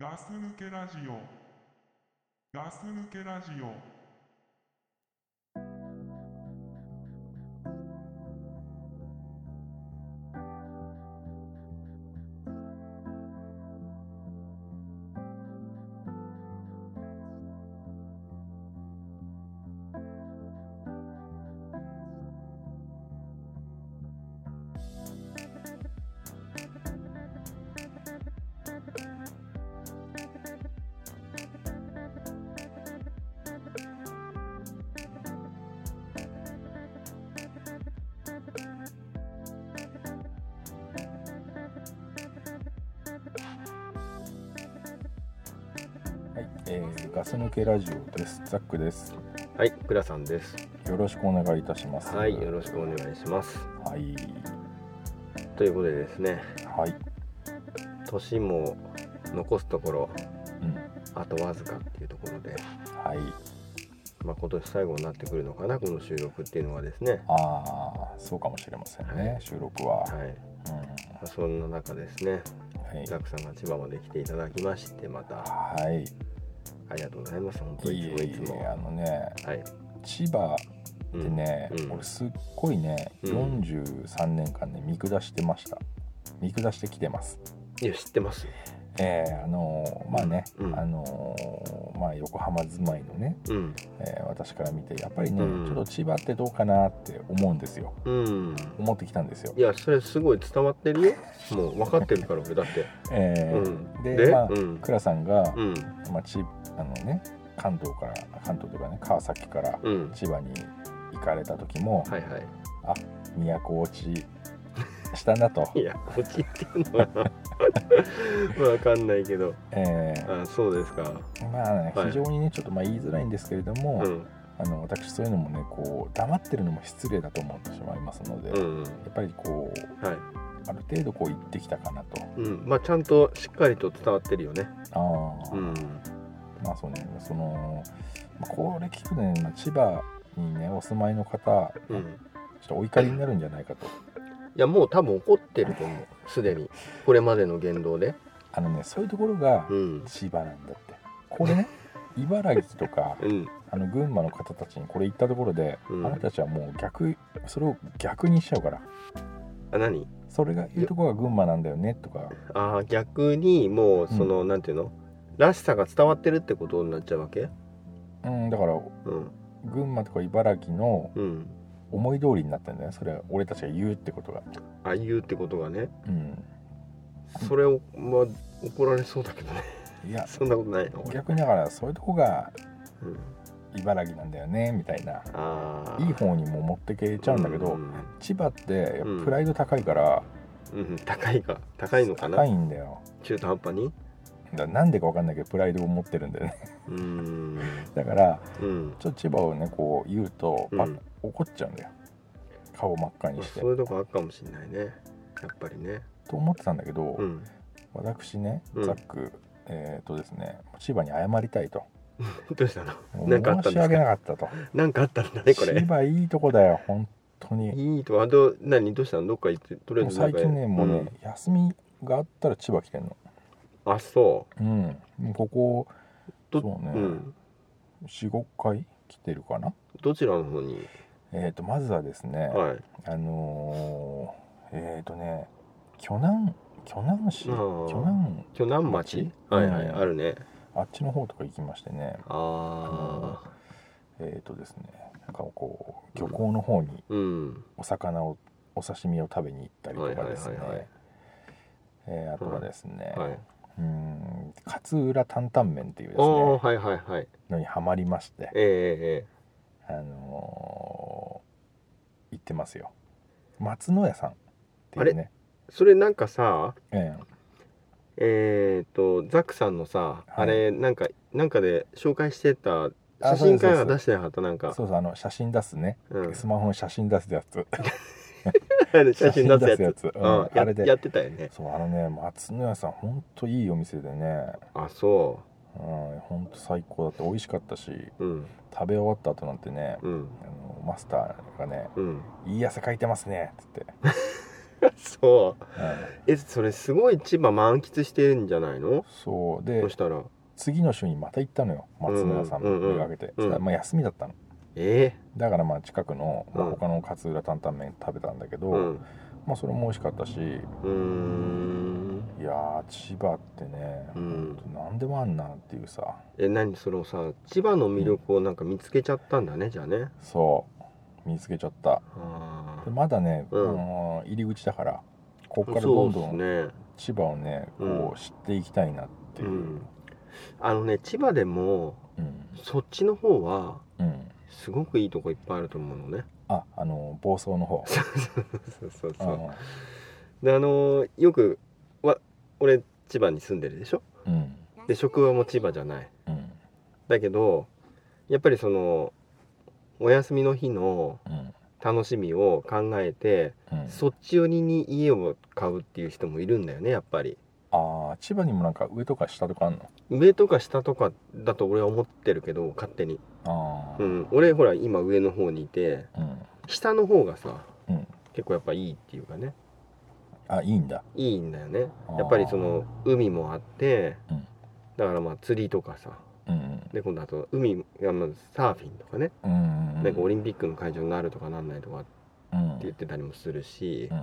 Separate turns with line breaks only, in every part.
ガス抜けラジオガス抜けラジオ
はい、えーガス抜けラジオです。ザックです。
はい、くらさんです。
よろしくお願いいたします。
はい、よろしくお願いします。
はい、
ということでですね、
はい、
年も残すところ
うん、
あとわずかっていうところで、
はい、
まあ今年最後になってくるのかなこの収録っていうのはですね。
ああ、そうかもしれませんね。
はい
収録は、
はい、
うん、
まあそんな中ですね、
はい、
ザックさんが千葉まで来ていただきまして、また
はい、
ありがとうございます。本当
い
い
え
つもい
い
つも。
え、あのね、
はい。
千葉
う
で
ん、
ね、
うん
俺すっごいね、
うん
43年間ね見下してました。見下してきてます。
いや知ってますよ。
えー、あのーまあね、
うん
あのーまあ横浜住まいのね、
うん、
えー私から見てやっぱりね、
うん
ちょっと千葉ってどうかなって思うんですよ
うん。
思ってきたんですよ
い、やそれすごい伝わってるよ。もう分かってるから俺だって。
えー
うん
で
で、
まあ
うん、
倉さんが、
うん、
まあ、ちあのね関東から関東というかね川崎から
うん、
千葉に行かれた時も、
はいはい。、
都落ちしたなと
いや、落ちっていうのは わかんないけど、
え
あそうですか。
ーまあね、
はい
非常にねちょっとまあ言いづらいんですけれども、
うん、
あの私そういうのもねこう黙ってるのも失礼だと思ってしまいますので、
う
や
ん、
っぱりこう
はい、
ある程度こう言ってきたかなと
うん、まあちゃんとしっかりと伝わってるよね。
あー
うん、
まあそうね、その、まあこれ聞くとね、まあ、千葉にね、お住まいの方、
う
ちょ
ん。
っとお怒りになるんじゃないかと。
いや、もう多分怒ってると思う。すでにこれまでの言動で。
あのね、そういうところが
うん、
千葉なんだって。これね、 茨城とか、
うん、
あの群馬の方たちにこれ言ったところで、
うん
あなたたちはもう逆、それを逆にしちゃうから、
あ、何？
それが言うところが群馬なんだよねとか、
あー、逆にもうその、なんていうの？らしさが伝わってるってことになっちゃうわけ？
うん、だから、
うん、
群馬とか茨城の
うん。
思い通りになったんだよね、それは俺たちが言うってことが。
ああいうってことがね、
うん。
それをまあ怒られそうだけどね。
いや、
そんなことないの？
逆にだから、そういうとこが
うん、
茨城なんだよねみたいな
ああ。
いい方にも持ってけちゃうんだけど、
うん
千葉って
うん
プライド高いから
うん、高いか高いのかな
高いんだよ
中途半端に
だなんでか分かんないけどプライドを持ってるんだよね
うーん
だから
うん
ちょっと千葉をねこう言うとパッ
うん
怒っちゃうんだよ顔真っ赤
ま
に
あ
して、
そういうとこあるかもしれないねやっぱりね
と思ってたんだけど、
うん
私ね
うん
ザック、えっ、とですね千葉に謝りたいと
どうしたの
も
なんかあっ
う申
たん
し
です
訳な
か
かったと
なんかあったんだねこ
千
れ
葉いいとこだよ本当に
いいとあど何どうしたのどっか行ってとりあ
も
え
う
ず
最近ねもうね、
ん
休みがあったら千葉来てんの
あそ
うんもうここ
ど
そうね、
ううん
45回来てるかな
どちらの方に
えっ、とまずはですね、
はい
あのー、えっ、とね鋸南鋸南市
あ
鋸
ー
南
今日何町
うん
はいはいあるね
あっちの方とか行きましてね
ああ
えっ、とですねなんかこう漁港の方に
うん
お魚をお刺身を食べに行ったりとかですね、
はいはいはいはい
えーあとはですね、
はいう
ーん勝浦担々麺っていうです
ああ
ね
はいはいはい
のにハマりまして
ええええ
あのー、行ってますよ松野屋さんっていうね
それなんかさ
え
えー、とザックさんのさ、
はい
あれなんかなんかで紹介してた
あ
写
そうですそう
真会
です
話出してなかったなん
え
か
そうそうあの写真出すね、
う、ん、
スマホに写真出すやつ
写真出すやつ
つ、う
うんん、
あ
や
れ
や
で
ってたよね
そうあのね松野屋さんほんといいお店でね、
あそ
うん、ほんと最高だって美味しかったし
ううん
食べ終わった後なんてね、
うん
あのマスターがね
うん
「いい汗かいてますね」っつって
そう
うん
えそれすごい千葉満喫してんじゃないの
そうで
そしたら
次の週にまた行ったのよ松村さん
うんうんうんうん
目がけて、
うん
そしたらまあ、休みだったの
え
だからまあ近くの、まあ、
うん
他の勝浦担々麺食べたんだけど、
えうん
まあそれも美味しかったし
うーん
いやー千葉ってね、
う
ほ
ん
んと何でもあんなっていうさ
え何そのさ千葉の魅力をなんか見つけちゃったんだねじゃあね
そう見つけちゃった
あ
でまだね、
うん
あのー入り口だからここ
あ
からど
そうんで
ど
す
ん
ね
千葉をねこう知っていきたいなっていう、
う
うんん
あのね千葉でも
うん
そっちの方はすごくいいとこいっぱいあると思うのね
ああの房総の方
そうそう
う
そうであのーよくわ俺千葉に住んでるでしょ
んうん
で職場も千葉じゃない
うん
だけどやっぱりそのお休みの日の
うん
楽しみを考えて
うん
そっち寄りに家を買うっていう人もいるんだよねやっぱり
ああ千葉にもなんか上とか下とかあんの
上とか下とかだと俺は思ってるけど勝手に、
ああ
うん、俺ほら今上の方にいて
うん
下の方がさ、
うん
結構やっぱいいっていうかね
あいいんだ
いいんだよね
あー
やっぱりその海もあって、
うん
だからまあ釣りとかさ
うん
で今度あと海あのサーフィンとかね、
うんうんうん
なんかオリンピックの会場になるとかなんないとかって
うん
言ってたりもするし
う、ん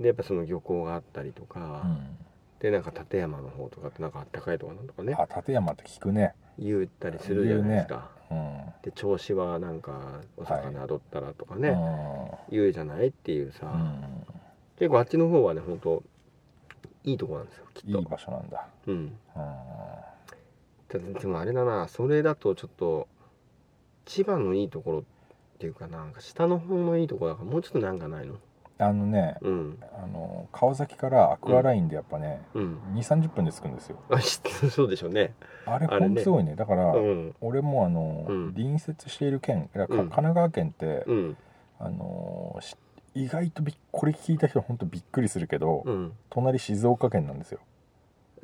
でやっぱその漁港があったりと
う
か、
ん
でなんか館山の方とかってなんかあったかいとかなんとかね
あ立山って聞くね
言ったりするじゃないですか。
うん
で調子はなんかお魚取ったらとかね、
うん
言うじゃないっていうさ、
うん
結構あっちの方はね本当いいとこなんですよきっ
い
と
い場所なんだ
うん
うん
ただでもあれだなそれだとちょっと千葉のいいところっていうかなんか下の方のいいところだからもうちょっとなんかないの
あのね
うん
あの川崎からアクアラインでやっぱね、
うん
2 3 0分で着くんですよ
あ 知ってるそうでしょうね
あれ
あ
ほ
れね
んとすごいねだから、
うん
俺もあの、
うん
隣接している県だからか
うん
神奈川県って、
うん
あのし意外とびっこれ聞いた人ほんとびっくりするけど、
うん
隣静岡県なんですよ、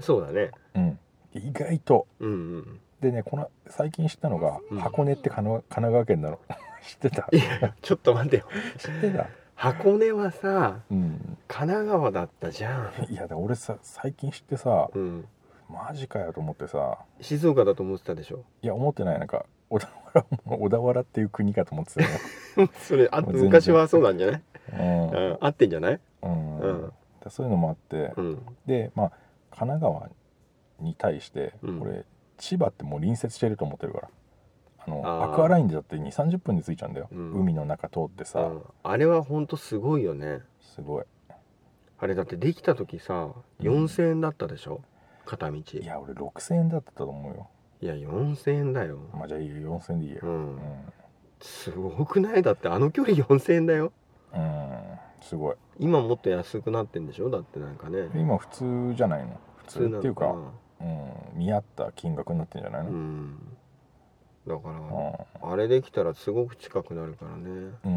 そうだね
うん、意外と
うんうん
でねこの最近知ったのが、
うん
箱根って神奈神奈川県なの 知ってた
いやちょっと待ってよ
知ってた
箱根はさ
うん
神奈川だったじゃん
いやだから俺さ最近知ってさ
うん
マジかよと思ってさ
静岡だと思ってたでしょ
いや思ってないなんか小田原も小田原っていう国かと思ってたよね
それあ
もう全然
昔はそうなんじゃない、
うん
うん、合ってんじゃない
うん
うん
でそういうのもあって、
うん
でまあ神奈川に対して、
うん
俺千葉ってもう隣接してると思ってるからあの
あー
アクアラインでだって2 3 0分で着いちゃうんだよ、
うん
海の中通ってさ、
うんあれはほんとすごいよね
すごい
あれだってできた時さ
うん
4,000円だったでしょ片道い
い
や
や俺6000円だったと思うよ
4,000円だよ、
まあじゃあいいよ4000円でいいよ
う
うん
ん、すごくないだってあの距離4,000円だよ
うん、すごい
今もっと安くなってんでしょだってなんかね
今普通じゃないの普
普通な
通
の
っていうか
な
うん、見合った金額になってんじゃないうの、
んだから、
う
あれできたらすごく近くなるからね、
んうん、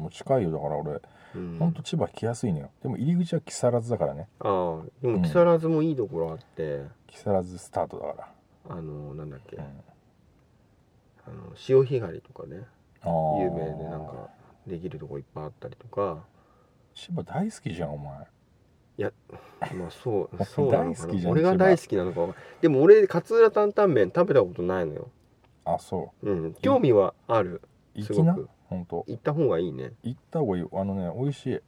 もう近いよだから俺
うん、
ほんと千葉来やすいのよでも入り口は木更津だからね
ああで
う
も
ん
木更津もいいところあって、
木更津スタートだか
あのなんだっけ、
ら、うん、
あの潮干狩りとかね
あー
有名でなんかできるとこいっぱいあったりとか
千葉大好きじゃんお前
まあそうそうなのか
大好きじゃ
な
ん
俺が
千葉
大好きなのかわかんでも俺勝浦担々麺食べたことないのよ
あそ
うん興味はある
う
す
行き
ご
な
く
ほんと
行った方がいいね
行った方がいいよあのね美味しい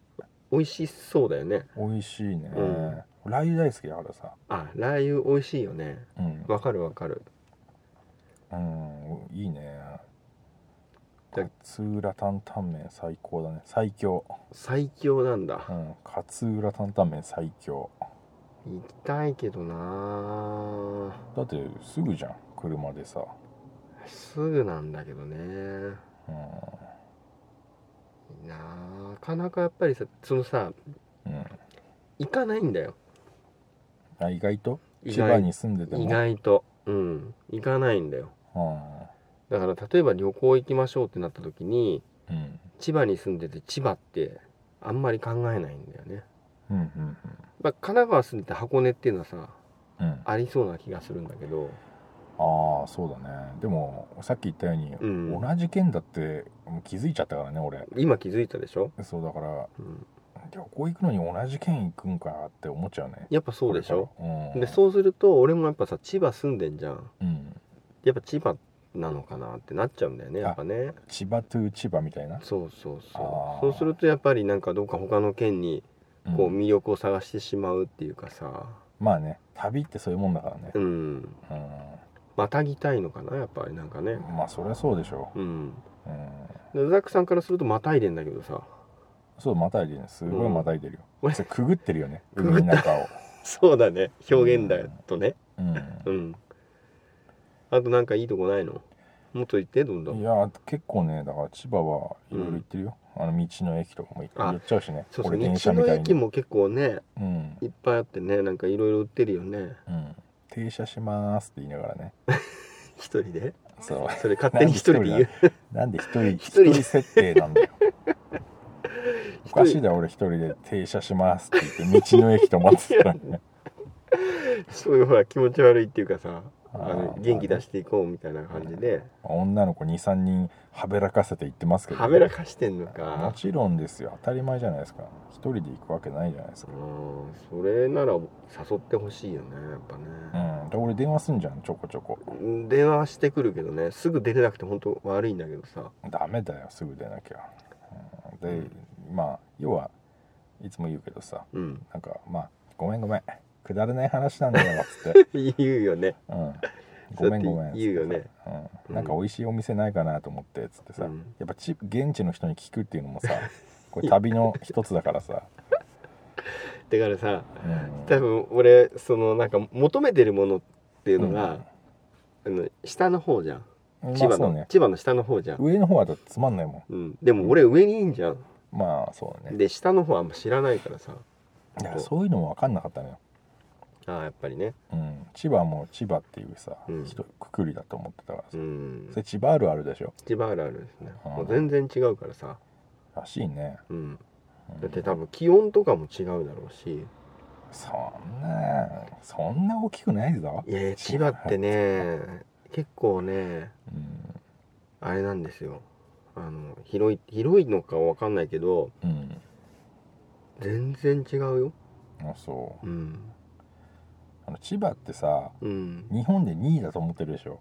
美味しそうだよね
美味しいね、
うん
ラー油大好きだからさ
あラー油美味しいよね
うん、
わかるわかる
うん、いいね
じゃあ
勝浦担々麺最高だね最強
最強なんだ
うん勝浦担々麺最強
行きたいけどな
だってすぐじゃん車でさ、
あすぐなんだけどね
うん
なかなかやっぱりさそのさ
うん、
行かないんだよ
あ意外と
意
千葉
外
に住んでても
意外とうん行かないんだよ
う
だから例えば旅行行きましょうってなった時に
んうん
千葉に住んでて千葉ってあんまり考えないんだよね、
うんうん
まあ、神奈川住んでて箱根っていうのはさ
うんうん
ありそうな気がするんだけど
ああそうだねでもさっき言ったように、
うん
同じ県だってもう気づいちゃったからね俺
今気づいたでしょ、
そうだから
うん、
旅行行くのに同じ県行くんかって思っちゃうね
やっぱそうでしょ
これからうん
でそうすると俺もやっぱさ千葉住んでんじゃん
うん
やっぱ千葉なのかなってなっちゃうんだよねやっぱね
千葉と千葉みたいな
そうそうそ
あー
うそうするとやっぱりなんかどうか他の県にこう
うん
魅力を探してしまうっていうかさ
まあね旅ってそういうもんだからね
うんまたぎたいのかなやっぱりなんかね
うんまあそりゃそうでしょ
うん
う、うん、
でザックさんからするとまたいでんだけどさ
そうまたいでるねすごいまたいでるよ、
うん
それくぐってるよね
くぐ
海
っ
の中を、
そうだね表現だとね
う
うんあとなんかいいとこないのもっと言ってどんど
ん、い
ん
や結構ねだから千葉はいろいろ行ってるよ、あの道の駅とかも行っ
あ
寄っちゃうしね
そうそう
俺
道
電車み
の
たい
駅
に、
も結構ね
うん
いっぱいあってねなんかいろいろ売ってるよね
うん、停車しますって言いながらね
一人で
そう
それ勝手に一人で言う
なんで一人一
人
人設定なんだよおかしい
一
だろ俺一人で停車しますって言って道の駅止まってたら ね
そういうほら気持ち悪いっていうかさあ
あー
の元気出していこうみたいな感じで
女の子23人はべらかせて行ってますけどね、
はめらかしてんの
も
か
ちろんですよ当たり前じゃないですか一人で行くわけないじゃないです
う
か
んそれなら誘ってほしいよねやっぱ
う
ね
んで俺電話すんじゃんちょこちょこ
電話してくるけどねすぐ出れなくて本当悪いんだけどさ
ダメだよすぐ出なきゃ、うんでまあ要はいつも言うけどさ
うん
なんかまあ「ごめんごめんくだらない話なんだよ」っつ って
言うよね
「うん、ごめんごめん」っつって
言うよね
うん、なんか美味しいお店ないかなと思ってっつってさ、
うん
やっぱち現地の人に聞くっていうの もさこれ旅の一つだからさ、
だからさ
うん
多分俺そのなんか求めてるものっていうのが、あの下の方じゃん
まあ
千葉
そ
の、
うね
千葉の下の方じゃん、
上の方はだってつまんないも
うん、でも俺上にいいんじゃん、
んまあそうだね
で下の方あんま知らないからさ
いやそういうのも分かんなかったのよ、
あーやっぱりね
うん、千葉も千葉っていうさ、
うん
ひとくくりだと思ってたから
う
さ、
ん
それ千葉あるあるでしょ
千葉あるあるですね
あー
もう全然違うからさ、
らしいね、
うん、
うん
だって多分気温とかも違うだろうし
そんなそんな大きくないぞ
いやいや千葉ってね結構ね
うん、
あれなんですよあの広い広いのかわかんないけど
うん、
全然違うよ
あそう
うん
あの千葉ってさ
うん
日本で2位だと思ってるでしょ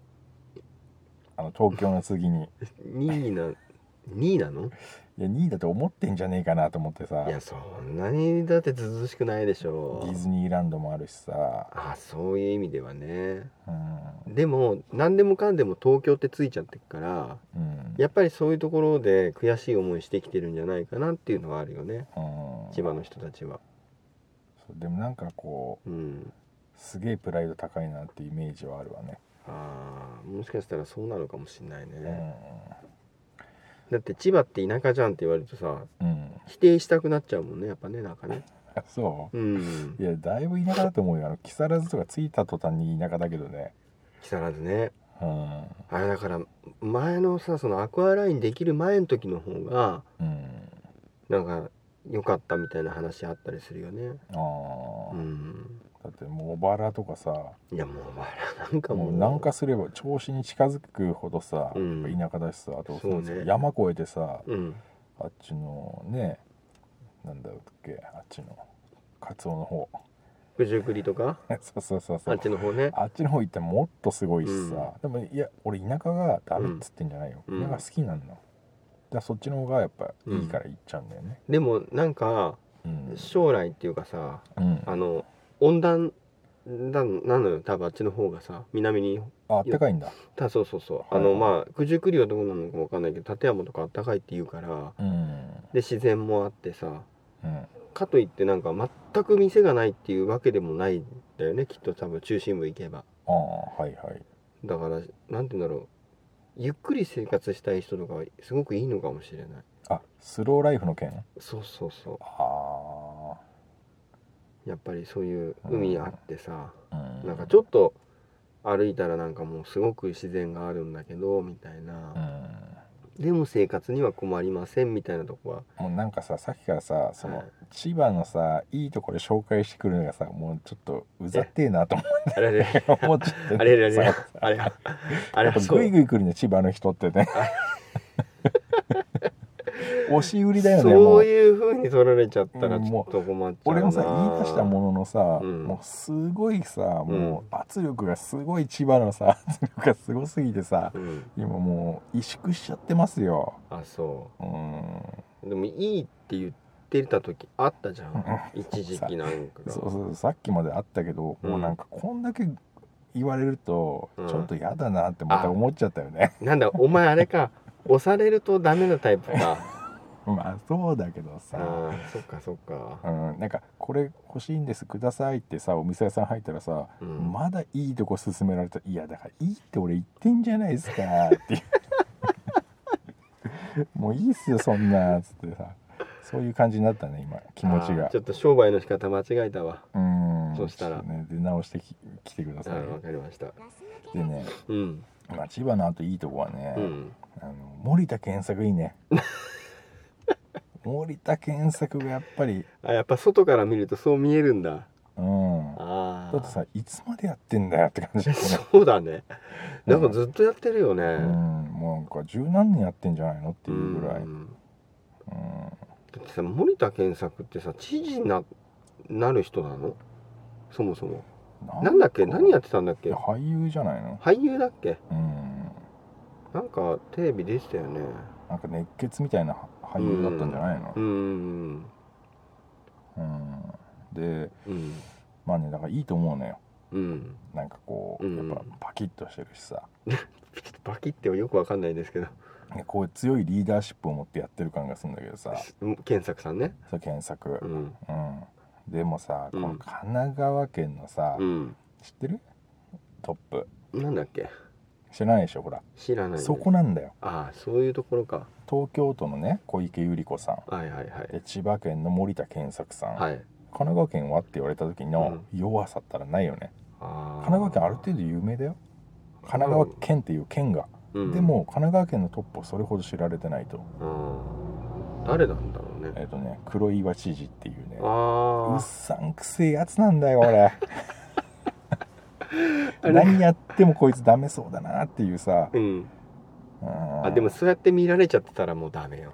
あの東京の次に
2位な2位なの
いや2位だと思ってんじゃねえかなと思ってさ
い
デ
やそんなにだってずうずうしくないでしょ
ィズニーランドもあるしさ、
あそういう意味ではね
うん
でも何でもかんでも東京ってついちゃってるから
うん
やっぱりそういうところで悔しい思いしてきてるんじゃないかなっていうのはあるよね
うん、
千葉の人たちは
そうでもなんかこう
うん
すげえプライド高いなってイメージはあるわね、
あーもしかしたらそうなのかもしれないね、
う
だって千葉って田舎じゃんって言われるとさ
んうん、
否定したくなっちゃうもんねやっぱねなんかね
そ
うん
ういやだいぶ田舎だと思うよあの木更津とか着いた途端に田舎だけどね
木更津ね
うん、
あれだから前のさそのアクアラインできる前の時の方が
うん、
なんか良かったみたいな話あったりするよね
あー、
うん
だって茂原とかさ
いやもうお前らなんかも
も
う
う南下すれば調子に近づくほどさ、
うん
やっぱ田舎だしさあと
そうね
山越えてさ
うん
あっちのねなんだっけあっちのカツオの方
九十九里とか
そうそうそうそ
あ
う
っちの方ね
あっちの方行ってもっとすごいしさ、でもいや俺田舎がダメっつってんじゃないよ、
うん
田舎好きなんだだからそっちの方がやっぱいいから行っちゃうんだよね
でもなんか
うん、
将来っていうかさ
うん、
あの温暖ななのよ多分あっちの方がさ南に
ああったかいんだ
たそうそうそう、
はい
あのまあ九十九里はどうなのかわかんないけど立山とかあったかいって言うから
うん
で自然もあってさ
うん
かといってなんか全く店がないっていうわけでもないんだよねきっと多分中心部行けば
ああはいはい
だからなんて言うんだろうゆっくり生活したい人とかはすごくいいのかもしれない
あスローライフの件
そうそうそ
あ
うやっぱりそういう海あってさ、
あうん
なんかちょっと歩いたらなんかもうすごく自然があるんだけどみたいな
うん、
でも生活には困りませんみたいなとこは
もうなんかささっきからさその、
はい
千葉のさいいところ紹介してくるのがさもうちょっとうざってえなと思
あれあれ
って思っちゃって
あれあれあれ
さ
あれあれ
やっぱ
そ
グイ
う
グイ来るね千葉の人ってね押し売りだよねも
そうういう風に取られちゃったら
うん
ちょっと困っちゃうな
俺もさ言い出したもののさ、
うん
もうすごいさもう圧力がすごい千葉のさ圧力がすごすぎてさ
うん、
今もう萎縮しちゃってますよ
あそ
うん
うでもいいって言ってた時あったじゃん一時期なんかが
そうそうさっきまであったけど、
うん
もうなんかこんだけ言われると
うん
ちょっと嫌だなってまた思っちゃったよね、
なんだお前あれか押されるとダメなタイプか
まあそうだけど
あ
さ、
ーそっかそっか
うん、なんかこれ欲しいんですくださいってさお店屋さん入ったらさ、
うん
まだいいとこ勧められたらいやだからいいって俺言ってんじゃないですかっていう もういいっすよそんなっつってさそういう感じになったね今気持ち
あー
が
ちょっと商売の仕方間違えたわ
うん
そうしたら
ちょっとね出直してき来てくだ
あ
さ
ーわ
い
かりました
でね
うん
まあ千葉のあといいとこはね、
うん
あの森田健作いいね 森田健作がやっぱり
あやっぱ外から見るとそう見えるんだ
うん
あ
だってさいつまでやってんだよって感じ
あ
だよね
そうだねなんかずっとやってるよね、
うん、もうなんか十何年やってんじゃないのっていうぐらい、うん
んだってさ森田健作ってさ知事にななる人なのそもそもなんだっけ何やってたんだっけ
て俳優じゃないの、
俳優だっけ
うん、
なんかテレビ出てたよね
なんか熱血みたいな俳優だったんじゃないの
う、ん
うんで
うん
まあねだからいいと思うのよ
うん
なんかこう
うん
や
うん
っぱパキッとしてるしさ、
ちょっとバキってよくわかんないですけ ど
ねこう強いリーダーシップを持ってやってる感がするんだけどさ
健作さんね
そう検索、
うん
うん、でもさ、
うん
この神奈川県のさ、
うん
知ってるトップ
なんだっけ
知らないでしょほら、
知らないね
そこなんだよ
ああそういうところか
東京都のね小池百合子さん
はいはいはい
で千葉県の森田健作さん、
はい
神奈川県はって言われた時の弱さったらないよね、神
あ
奈川県ある程度有名だよ神奈川県っていう県が、
度、うん
でも神奈川県のトップはそれほど知られてないと,、
うん誰なんだろうね
えっとね黒岩知事っていうねう
あ
っさんくせえやつなんだよ 俺
あれ
何やってもこいつダメそうだなっていうさ
あうん
うん
あでもそうやって見られちゃってたらもうダメよ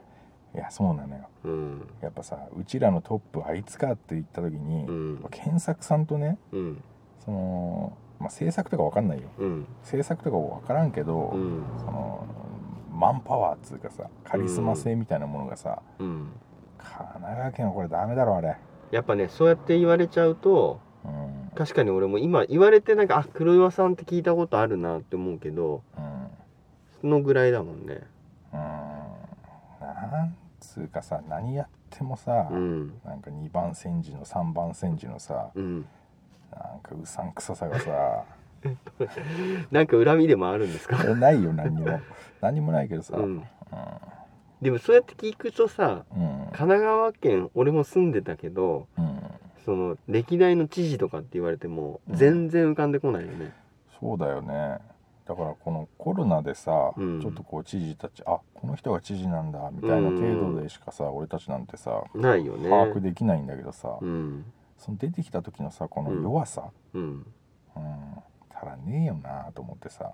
いやそうなのよ
うん
やっぱさうちらのトップあいつかって言った時に、
うん
検索さんとね
うん
その、まあ、制作とか分かんないよ
うん
制作とか分からんけど、
うん
そのマンパワーっつうかさカリスマ性みたいなものがさ、
うん
神奈川県はこれダメだろあれ、
やっぱねそうやって言われちゃうと
うん
確かに俺も今言われてなんかあ黒岩さんって聞いたことあるなって思うけど
うん
そのぐらいだもんね
うーんなんつうかさ何やってもさ、
うん
なんか2番煎じの3番煎じのさ
うん
なんかうさんくささがさ
なんか恨みでもあるんですか
えないよ何にも何にもないけどさ、
う
うん
んでもそうやって聞くとさ
うん
神奈川県俺も住んでたけど
うん、
その歴代の知事とかって言われても
うん
全然浮かんでこないよね
そうだよねだからこのコロナでさ、
うん
ちょっとこう知事たちあこの人が知事なんだみたいな程度でしかさ、俺たちなんてさ
ないよね
把握できないんだけどさ、
うん
その出てきた時のさこの弱さ、
うん
うん、足らねえよなと思ってさ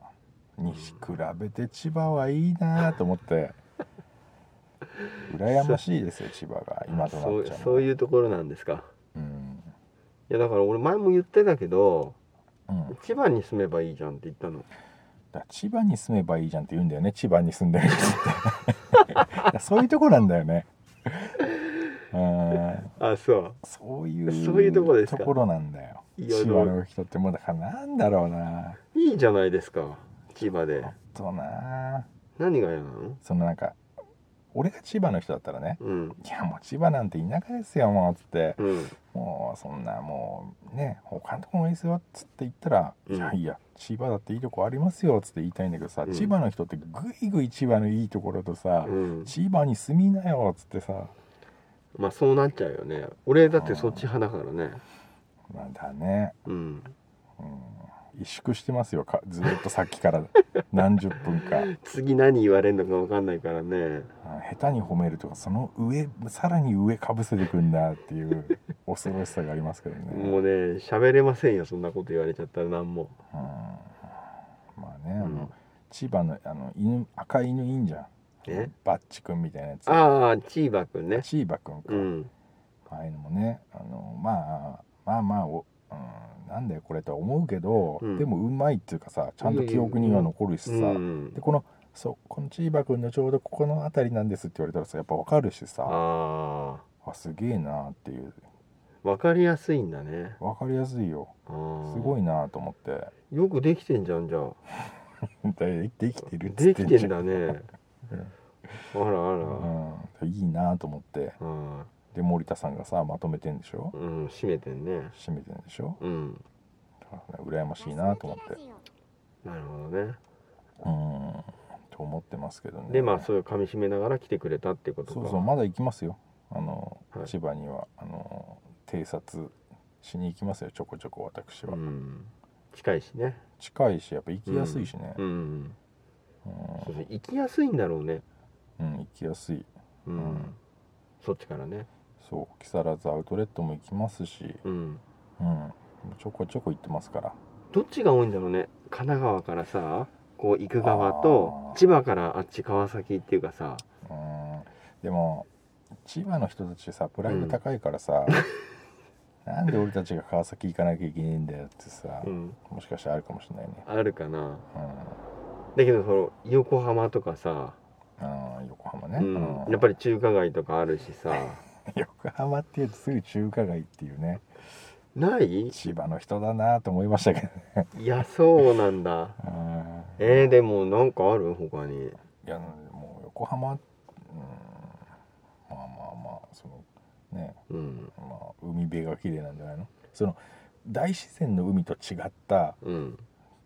に比べて千葉はいいなと思って羨ましいですよ千葉が今となっ
そう
ちゃう
そう
う、
いうところなんですか
うん
いやだから俺前も言ってたけど
うん、だか
千葉に住めばいいじゃんって言ったの
ら千葉に住めばいいじゃんって言うんだよね千葉に住んでる人ってい やそういうとこなんだよねうん
あそ
そういう
そういうとこですか
ところなんだよ
い
千
やでも
葉の人ってもうだからなんだろうな
ういいじゃないですか千葉で
とな
何が嫌なの
そのなんか俺が千葉の人だったらね
うん
いやもう千葉なんて田舎ですよもうっつって
うん
もうそんなもうね他のとこもいいですよっつって言ったら、
うん
いやいや千葉だっていいとこありますよっつって言いたいんだけどさ、
うん
千葉の人ってぐいぐい千葉のいいところとさ、
うん
千葉に住みなよっつってさ
まあそうなっちゃうよね俺だってそっち派だからね
なんだね、
うん
うん、萎縮してますよかずーっとさっきから 何十分か、うん
次何言われるのか分かんないからね
下手に褒めるとかその上さらに上かぶせてくんだっていう恐ろしさがありますけどね。
もうね喋れませんよそんなこと言われちゃったら何も
うんまあね、あの
うん
千葉のあの犬赤い犬いいんじゃん
ね
バッチ君みたいなやつ
ああチーバくんね
チーバ君か、
うん
ああいうのもねあの、まあ、まあまあお、うん、なんだよこれとは思うけど、
うん
でもうまいっていうかさちゃんと記憶には残るしさ、
うん
でこのそうこのチーバ君のちょうどここの辺りなんですって言われたらさやっぱわかるしさ
あ
あすげえなっていう
あわかりやすいんだね
わかりやすいよ
す
すごいなと思って
よくできてんじゃんじゃあ
でできてるっつ
で
って
き
んじゃ
てんだねあらあ
うん、いいなと思って
らうん
で森田さんがさまとめてんでしょ
うん閉めてんね
締めてんでしょ
うん
だからね羨ましいなと思って
なるほどね
うんと思ってますけどね
でまあそういう噛み締めながら来てくれたってことか
そうそうまだ行きますよあの、
はい
千葉にはあの偵察しに行きますよちょこちょこ私は、
うん近いしね
近いしやっぱ行きやすいしね
うん
うん、
そうそう行きやすいんだろうね
うん行きやすい
うん、
うん
そっちからね
そう木更津アウトレットも行きますし、
うん
うん、ちょこちょこ行ってますから
どっちが多いんだろうね神奈川からさこう行く側と
あー
千葉からあっち川崎っていうかさ
うんでも千葉の人たちさプライド高いからさ、なんで俺たちが川崎行かなきゃいけねえんだよってさ、
うん
もしかしたらあるかもしれないね、
あるかな
う
だけどその横浜とかさ、
んうん、横浜ね、
うん
う、ん
やっぱり中華街とかあるしさ
横浜っていうとすぐ中華街っていうね
ない
千葉の人だなと思いましたけど、ね、
いやそうなんだ
うん
えー、でもなんかある他に
いやもう横浜、うん、まあまあまあそのね
うん
まあ海辺が綺麗なんじゃないのその大自然の海と違った
うん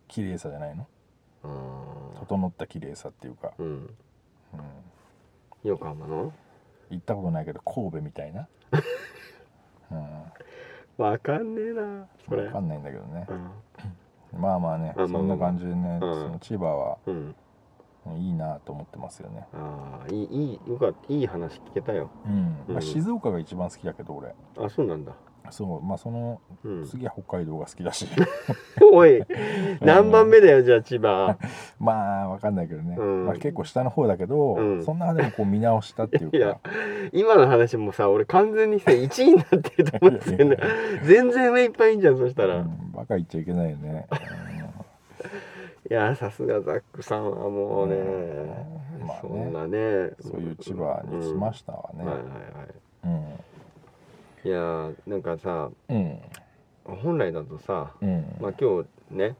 綺麗さじゃないの
あー
整った綺麗さっていうか、
うん
うん、
横浜の
行ったことないけど神戸みたい な、う
わかんねえなそ
ん、
れ
分かんないんだけどね
うん
まあまあね
あまあまあ
そんな感じでね、
ん
その千葉は
うん
うんいいなと思ってますよね、
ああいいいいよかったいい話聞けたよ
うん
うん
まあ、静岡が一番好きだけど俺
あそうなんだ
そうまあその
うん
次は北海道が好き だし
お い何番目だよじゃあ千葉
まあ分かんないけどね、
うん
まあ、結構下の方だけど、
うん
そんなでもこう見直したっていうか
い や今の話もさ俺完全にさ1位になってると思ってん だよ全然上いっぱいいんじゃんそしたら、
う
い
んバカ言っちゃいけないよね、
やさすがザックさんはもうね、
うんまあね
そんなね
うんそういう千葉に来ましたわ
うんはいはい
ね
は
うん
いいやーなんかさ
うん
本来だとさ
うん、
まあ今日ね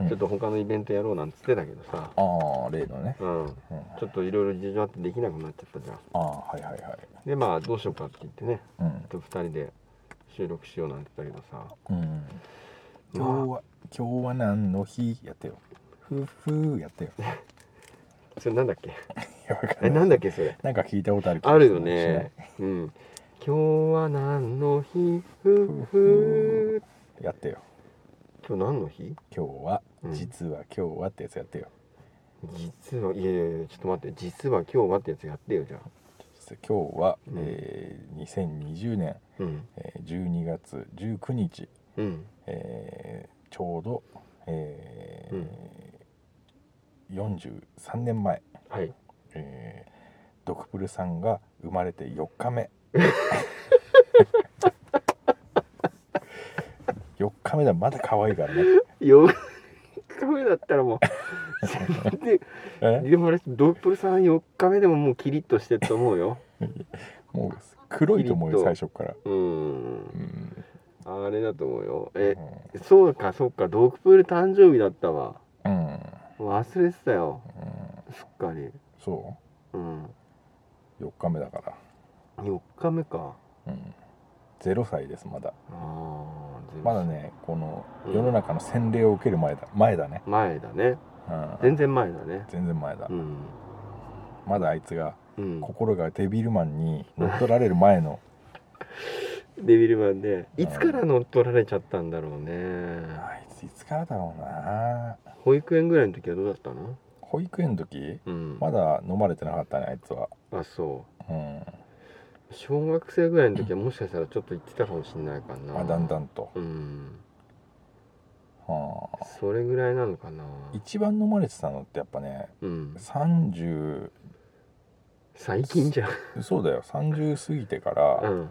うん
ちょっと他のイベントやろうなんつってたけどさ、
ああ例のね、
うん、
うん、
ちょっといろいろ事情あってできなくなっちゃったじゃん
ああはいはいはい
でまあどうしようかって言ってね
うん、
ちょっと2人で収録しようなんて言ったけどさ
うん、今日は今日は何の日やってよふうふうやってよい
それなんだっけ
やわか
え
んない
なんだっけそれ
なんか聞いたことある気が
あるよ
しない
ねうん今日は何の日ふ
ふ
ふ
ふやってよ
今日何の日
今日は、
うん
実は今日はってやつやってよ
実はいやいやいやちょっと待って実は今日はってやつやってよじゃあ
今日は、
うん
えー2020年、
うん
えー12月19日、
うん
えーちょうど、え
うん
ー43年前、
はい
えードクプルさんが生まれて4日 目4日目だまだ可愛いからね
よ日目だったらもう で
え
でもあれドープルさん4日目でももうキリッとしてると思 うよ
もう黒いと思うよ
キリ
最
ッと
初から、
うん
うん
あれだと思うよえ
うん
そうかそうかドクプル誕生日だったわ
うんうん、
忘れてたよすっかり
そ
うん
う4日目だから、
4日目か
うん、0歳ですまだ
ああ
まだねこの
うん
世の中の洗礼を受ける前だ前だね、
前だね
うん、
全然前だね
全然前だ、
うん
まだあいつが
うん
心がデビルマンに乗っ取られる前の
デビルマンでいつから乗っ取られちゃったんだろうね
あいついつからだろうな
保育園ぐらいの時はどうだったの
保育園の時
うん
まだ飲まれてなかったねあいつは
あそ
うん
う小学生ぐらいの時はもしかしたらちょっと言ってたかもしれないかな
あだんだんと、
うん
はあ、
それぐらいなのかな
一番飲まれてたのってやっぱね
うん
30
最近じゃん、
そうだよ30過ぎてか
う
ら
ん、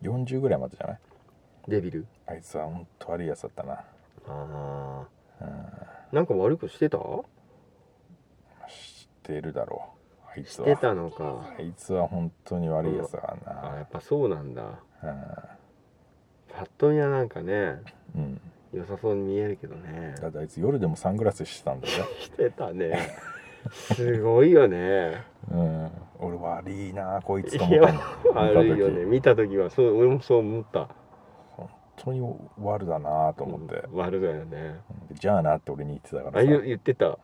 40ぐらいまでじゃない
デビル
あいつは本当悪いやつだったな
あ
うん
ーなんか悪いことしてた
知ってるだろうあいつ
して
は
たのか
あいつは本当に悪いやつだか
あーや
ら
っぱそうなんだ
な
パッと見はなんかね
うん、うん、
良さそうに見えるけどね
だってあいつ夜でもサングラスしてたんだよ、
してたねすごい よね
うん、俺悪いなこいつと
い
思ったの
や悪いよね見た時はそう俺もそう思った
本当に悪だなと思って、
うん悪だよね
でじゃあなって俺に言ってたから
あ
さ
言う言ってた、
うん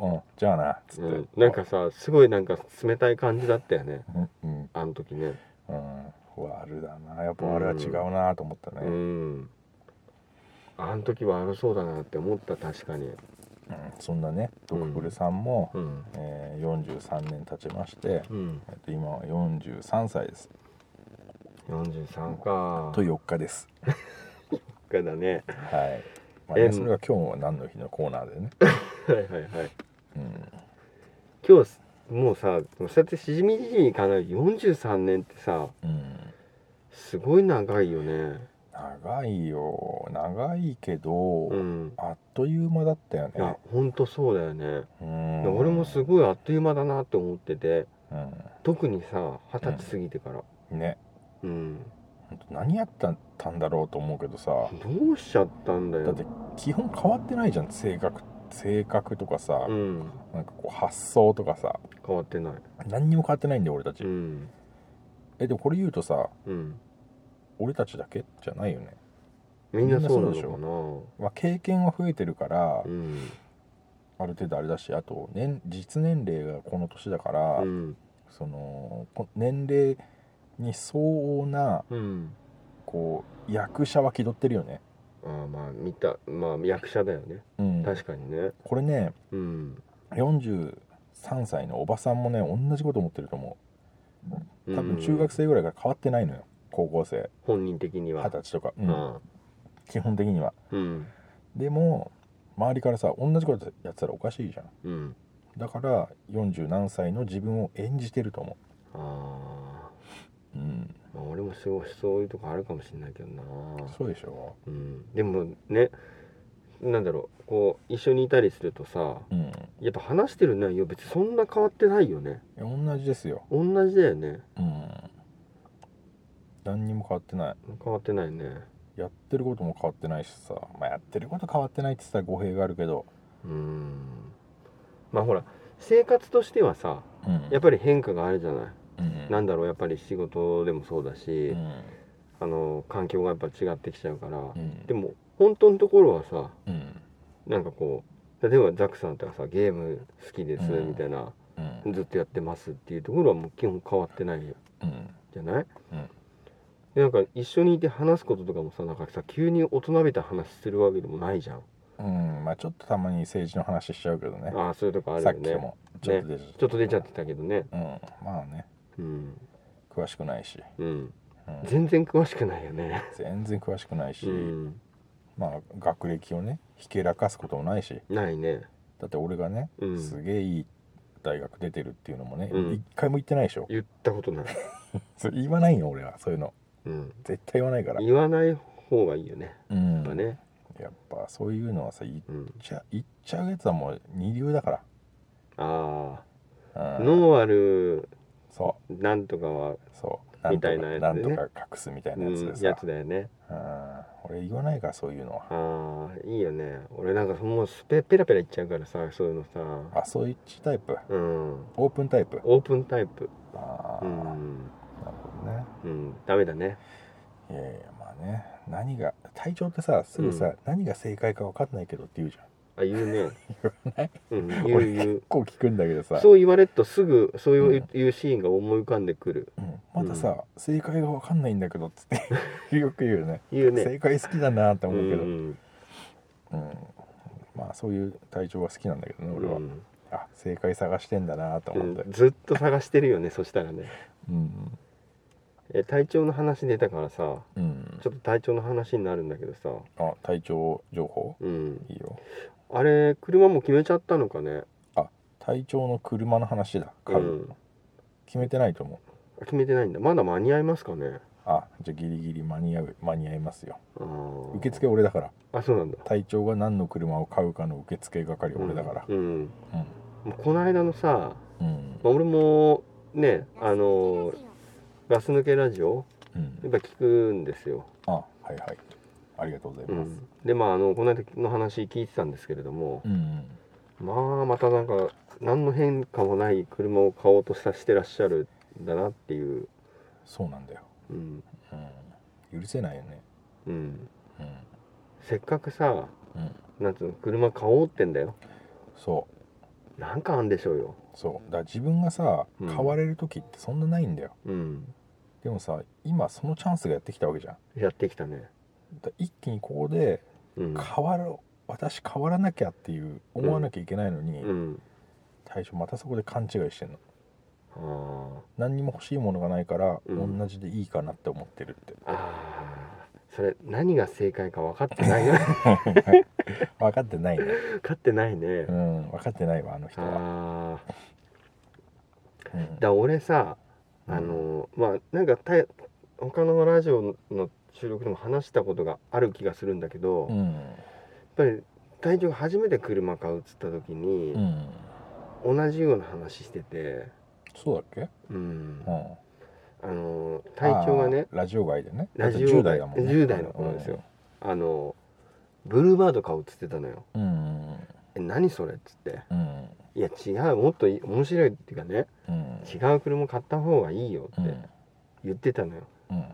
うんうんじゃあなっつって、
うん、なんかさすごいなんか冷たい感じだったよね
うんうん
あの時ね
うん悪だなやっぱ悪は違うなと思った
う
ね、
んあの時は悪そうだなって思った確かに
うんそんなねドクブルさんも、
うん
えー43年経ちまして、
うん
えっと、今は43歳です
43か
と4日です
かだね
はい、まあね
え
それは今日は何の日のコーナーでね、
はいはいはい
うん、
今日もうさそうやってしじみじじみ考える43年ってさ
うん、
すごい長いよね
長いよ長いけど、
うん
あっという間だったよ
いや
ね、
ほんとそうだよね
うん、
俺もすごいあっという間だなって思ってて特にさ二十歳過ぎてから
うん、ね
うん、
ほんと何やったたんだろうと思うけどさ
どうしちゃったんだよ
だって基本変わってないじゃん性格性格とかさ、
うん
なんかこう発想とかさ
変わってない
何にも変わってないんだよ俺たち、
うん
えでもこれ言うとさ
うん
俺たちだけじゃないよね、
みんなそうなのか
みんな
な
まあ、経験は増えてるから、
うん
ある程度あれだしあと年実年齢がこの年だから、
うん
そのこ年齢に相応な
うん
こう役者は気取ってるよね、
あーまあ見たまあ役者だよね
うん、
確かにね
これね
うん、
43歳のおばさんもね同じこと思ってると思う多分中学
生
生ぐらいから変わってないのよ高校生
本人的には
二十歳とか、う
うんん
基本的には
うん
でも周りからさ同じことやってたらおかしいじゃん
うん
だから40何歳の自分を演じてると思
ああ
ううん
ー、まあ、俺もすごいそういうとこあるかもしれないけどな
そうでしょ
うん、でもねなんだろうこう一緒にいたりするとさ
うん
やっぱ話してる内容別にそんな変わってないよね
いや同じですよ
同じだよね
うん何にも変わってない
変わってないね
やってることも変わってないしさ、まあ、やってること変わってないって言ったら語弊があるけど、
うんまあほら生活としてはさ
うん、
やっぱり変化があるじゃない、
うん
なんだろうやっぱり仕事でもそうだし、
うん
あの環境がやっぱ違ってきちゃうから、
うん
でも本当のところはさ
うん
なんかこう例えばザックさんとかさゲーム好きです
うん
みたい
う
な、
ん
ずっとやってますっていうところはもう基本変わってない
うん
じゃない、
うん
でなんか一緒にいて話すこととかもさなんかさ急に大人びた話するわけでもないじゃん
うんまあちょっとたまに政治の話しちゃうけどね
ああそういうとこある
さ
よ
っき
ね
もちょっと出ちゃっ
ちょっと出ちゃってたけどね
た、うんまあね
うん、
詳しくないし、
うん、
うん
全然詳しくないよね
全然詳しくないし、
うん
まあ学歴をねひけらかすこともないし
ないね
だって俺がね、
うん
すげえいい大学出てるっていうのもね一、
うん
回も言ってないでしょ
言ったことない、
それ言わないよ俺はそういうの
うん、
絶対言わないから
言わない方がいいよね
うん
やっぱね、
やっぱそういうのはさ言っ
うん、
ちゃ言っちゃうやつはもう二流だか
あ
ら、
あ
うん、
ノーアル
そ
なんとかは、
うそうなん
み
とか
たいなやつ
なん
で
と
ね
か隠すみたいうなやつ
ん
で、さ、
やつだよね
うん俺言わないからそういうのは
ああいいよね俺なんかもうスペペラペラいっちゃうからさそういうのさ
あそういっちタイプ
うん
オープンタイプ
オープンタイプ
ああ、
う
なる
ん、
ほどね
うん、ダメだね
いやいやまあね何が体調ってさすぐさ、
う
何が正解か分かんないけどって言うじゃん
あ言う ねうん言う
俺
言う
結構聞くんだけどさ、
そう言われるとすぐそういう,、
うん
いうシーンが思い浮かんでくる
うんまださ、正解が分かんないんだけどっつっ てよく言うよね
言うね
正解好きだなって
う
思うけど、
ん
うん、まあそういう体調は好きなんだけどね俺は、
うん
あ正解探してんだなと
う
思って
ん、ずっと探してるよねそしたらね
うん
え体調の話出たからさ
うん、
ちょっと体調の話になるんだけどさ
あ体調情報
うん
いいよ
あれ車もう決めちゃったのかね
体調の車の話だ買う、
うん
決めてないと思う
決めてないんだまだ間に合いますかね
あじゃあギリギリ間に合う間に合いますよ
あー
受付俺だから
あそうなんだ
隊長が何の車を買うかの受付係俺だから
うん、うん
うん
もうこの間のさ、
うん
まあ、俺もねあのガス抜けラジオ
うん
やっぱ聞くんですよ、
あはいはいありがとうございうます
ん、でまああのこの間の話聞いてたんですけれども
う、んうん
まあまたなんか何の変化もない車を買おうとさしてらっしゃるんだなっていう、
そうなんだよ
うん
うん許せないよね
うん、
うん
せっかくさ
うん
なんつうの車買おうってんだよ
そ
なんかあんでしょうよ
うそうだから自分がさ
うん
買われる時ってそんなないんだよ、
うん
でもさ今そのチャンスがやってきたわけじゃん
やってきたね
だから一気にここで
うん
変わる、私変わらなきゃっていう思わなきゃいけないのに、
うん
大将またそこで勘違いしてんの
あー
何にも欲しいものがないから、
うん
同じでいいかなって思ってる って
あーそれ何が正解か分かってないよ
分かってないね、
分かってないね
うん、分かってないわあの人は、
ああ
うん
だ俺さ
うん
あのまあなんかた他のラジオの収録でも話したことがある気がするんだけど、
う
やっ
ん
ぱり体調が初めて車買うっつった時に
う、ん、
同じような話してて、
そうだっけ、
うん
うん、
あの体調がね
あーラジオ外でね
ラジオ外
だって10代だもん、ね、
10代の頃ですよあのブルーバード買うっつってたのよ
うんうん
「え何それ?」っつって
うん
「いや違うもっとい面白い」っていうかね
うん
「違う車買った方がいいよ」
う
っ
ん
て言ってたのよ、
うんだ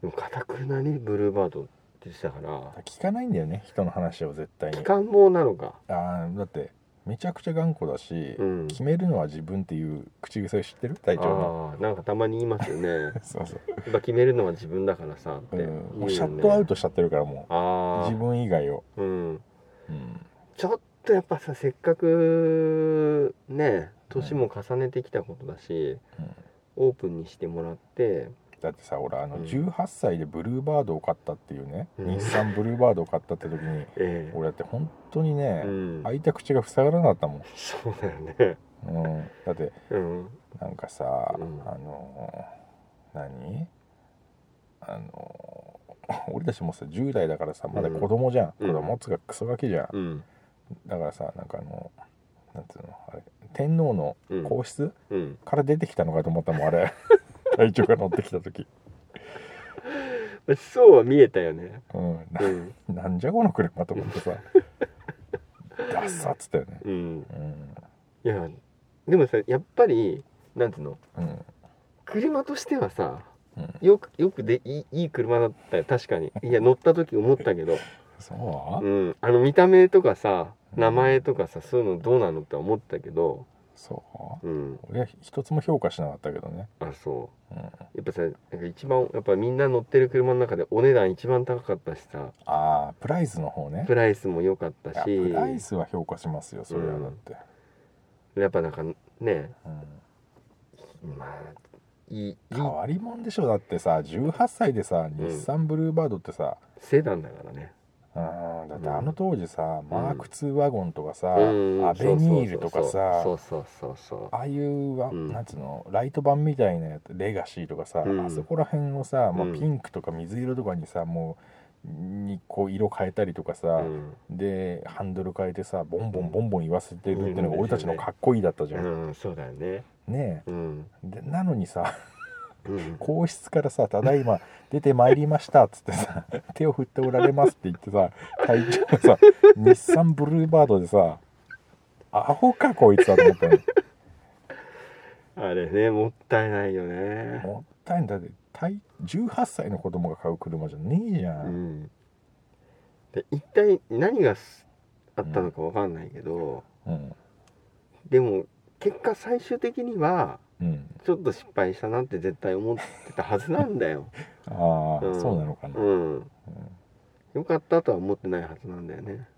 でもかたくなにブルーバードってしたから
から聞かないんだよね人の話を絶対に
期間棒なのか
あーだってめちゃくちゃ頑固だし、
うん
決めるのは自分っていう口癖を知ってる隊長の
ああなんかたまに言いますよねや
そうそう、
っぱ決めるのは自分だからさって
う
言
ん
うよね、
もうシャットアウトしちゃってるからもう
ああ
自分以外を、
うん
うん
ちょっとやっぱさせっかくね年も重ねてきたことだし、
うん
オープンにしてもらって
だってさ俺あの
うん
18歳でブルーバードを買ったっていうね、
うん
日産ブルーバードを買ったって時に
ええ
俺だって本当にね、
うん、
開いた口が塞がらなかったも
そうだよね
ん、うん、だって
うん
なんかさ、
うん
あのー何あのー 俺たちもさ10代だからさまだ子供じゃん、
うん
子供っつうかクソガキじゃん、
うん
だからさなんかあのなんつうのあれ天皇の
うん
皇室
うん
から出てきたのかと思ったもんあ れ隊長が乗ってきた時、
そうは見えたよね
うん、
うん
ななんじゃこの車と思ってさダッサっつったよね
うん
うん
いやでもさやっぱりなんていうの
うん
車としてはさ
うん
よくよくでいいいい車だったよ確かに いや乗った時思ったけど、
そう、
うん、あの見た目とかさ
うん
名前とかさそういうのどうなのって思ったけど
そう
うん
俺は一つも評価しなかったけどね、
あそう
うん、
やっぱさなんか一番やっぱみんな乗ってる車の中でお値段一番高かったしさ
ああプライスの方ね
プライスも良かった
いや
し
プライスは評価しますよそれはだって、
やっぱなんかね
うん
まあいいいい
変わりもんでしょだってさ18歳でさ
ん
日産ブルーバードってさ、
セダンだからね
うん、だってあの当時さ、マーク2ワゴンとかさ、
うん
アベニールとかさ
そうそうそうそう
ああいうわ、
うん
なんつうのライト版みたいなやつレガシーとかさ、
うん
あそこら辺をさ、まあ、
うん
ピンクとか水色とかにさもうにこう色変えたりとかさ、
そううん
でハンドル変えてさボンボンボンボン言わせてるっていうのが俺たちのかっこいいだったじゃん、
うんそうだよね
ね
うん
えでなのにさ
うん
皇室からさ「ただいま出てまいりました」っつってさ「手を振っておられます」って言ってさ隊長がさ日産ブルーバードでさ「アホかこいつは」と思ったの
あれねもったいないよね
もったいないだって隊18歳の子供が買う車じゃねえじゃ、
うんんで一体何がすあったのかわかんないけど
うん
でも結果最終的には
うん、
ちょっと失敗したなって絶対思ってたはずなんだよ
ああ、
うん
そうなのかな、
う
うん
んよかったとは思ってないはずなんだよね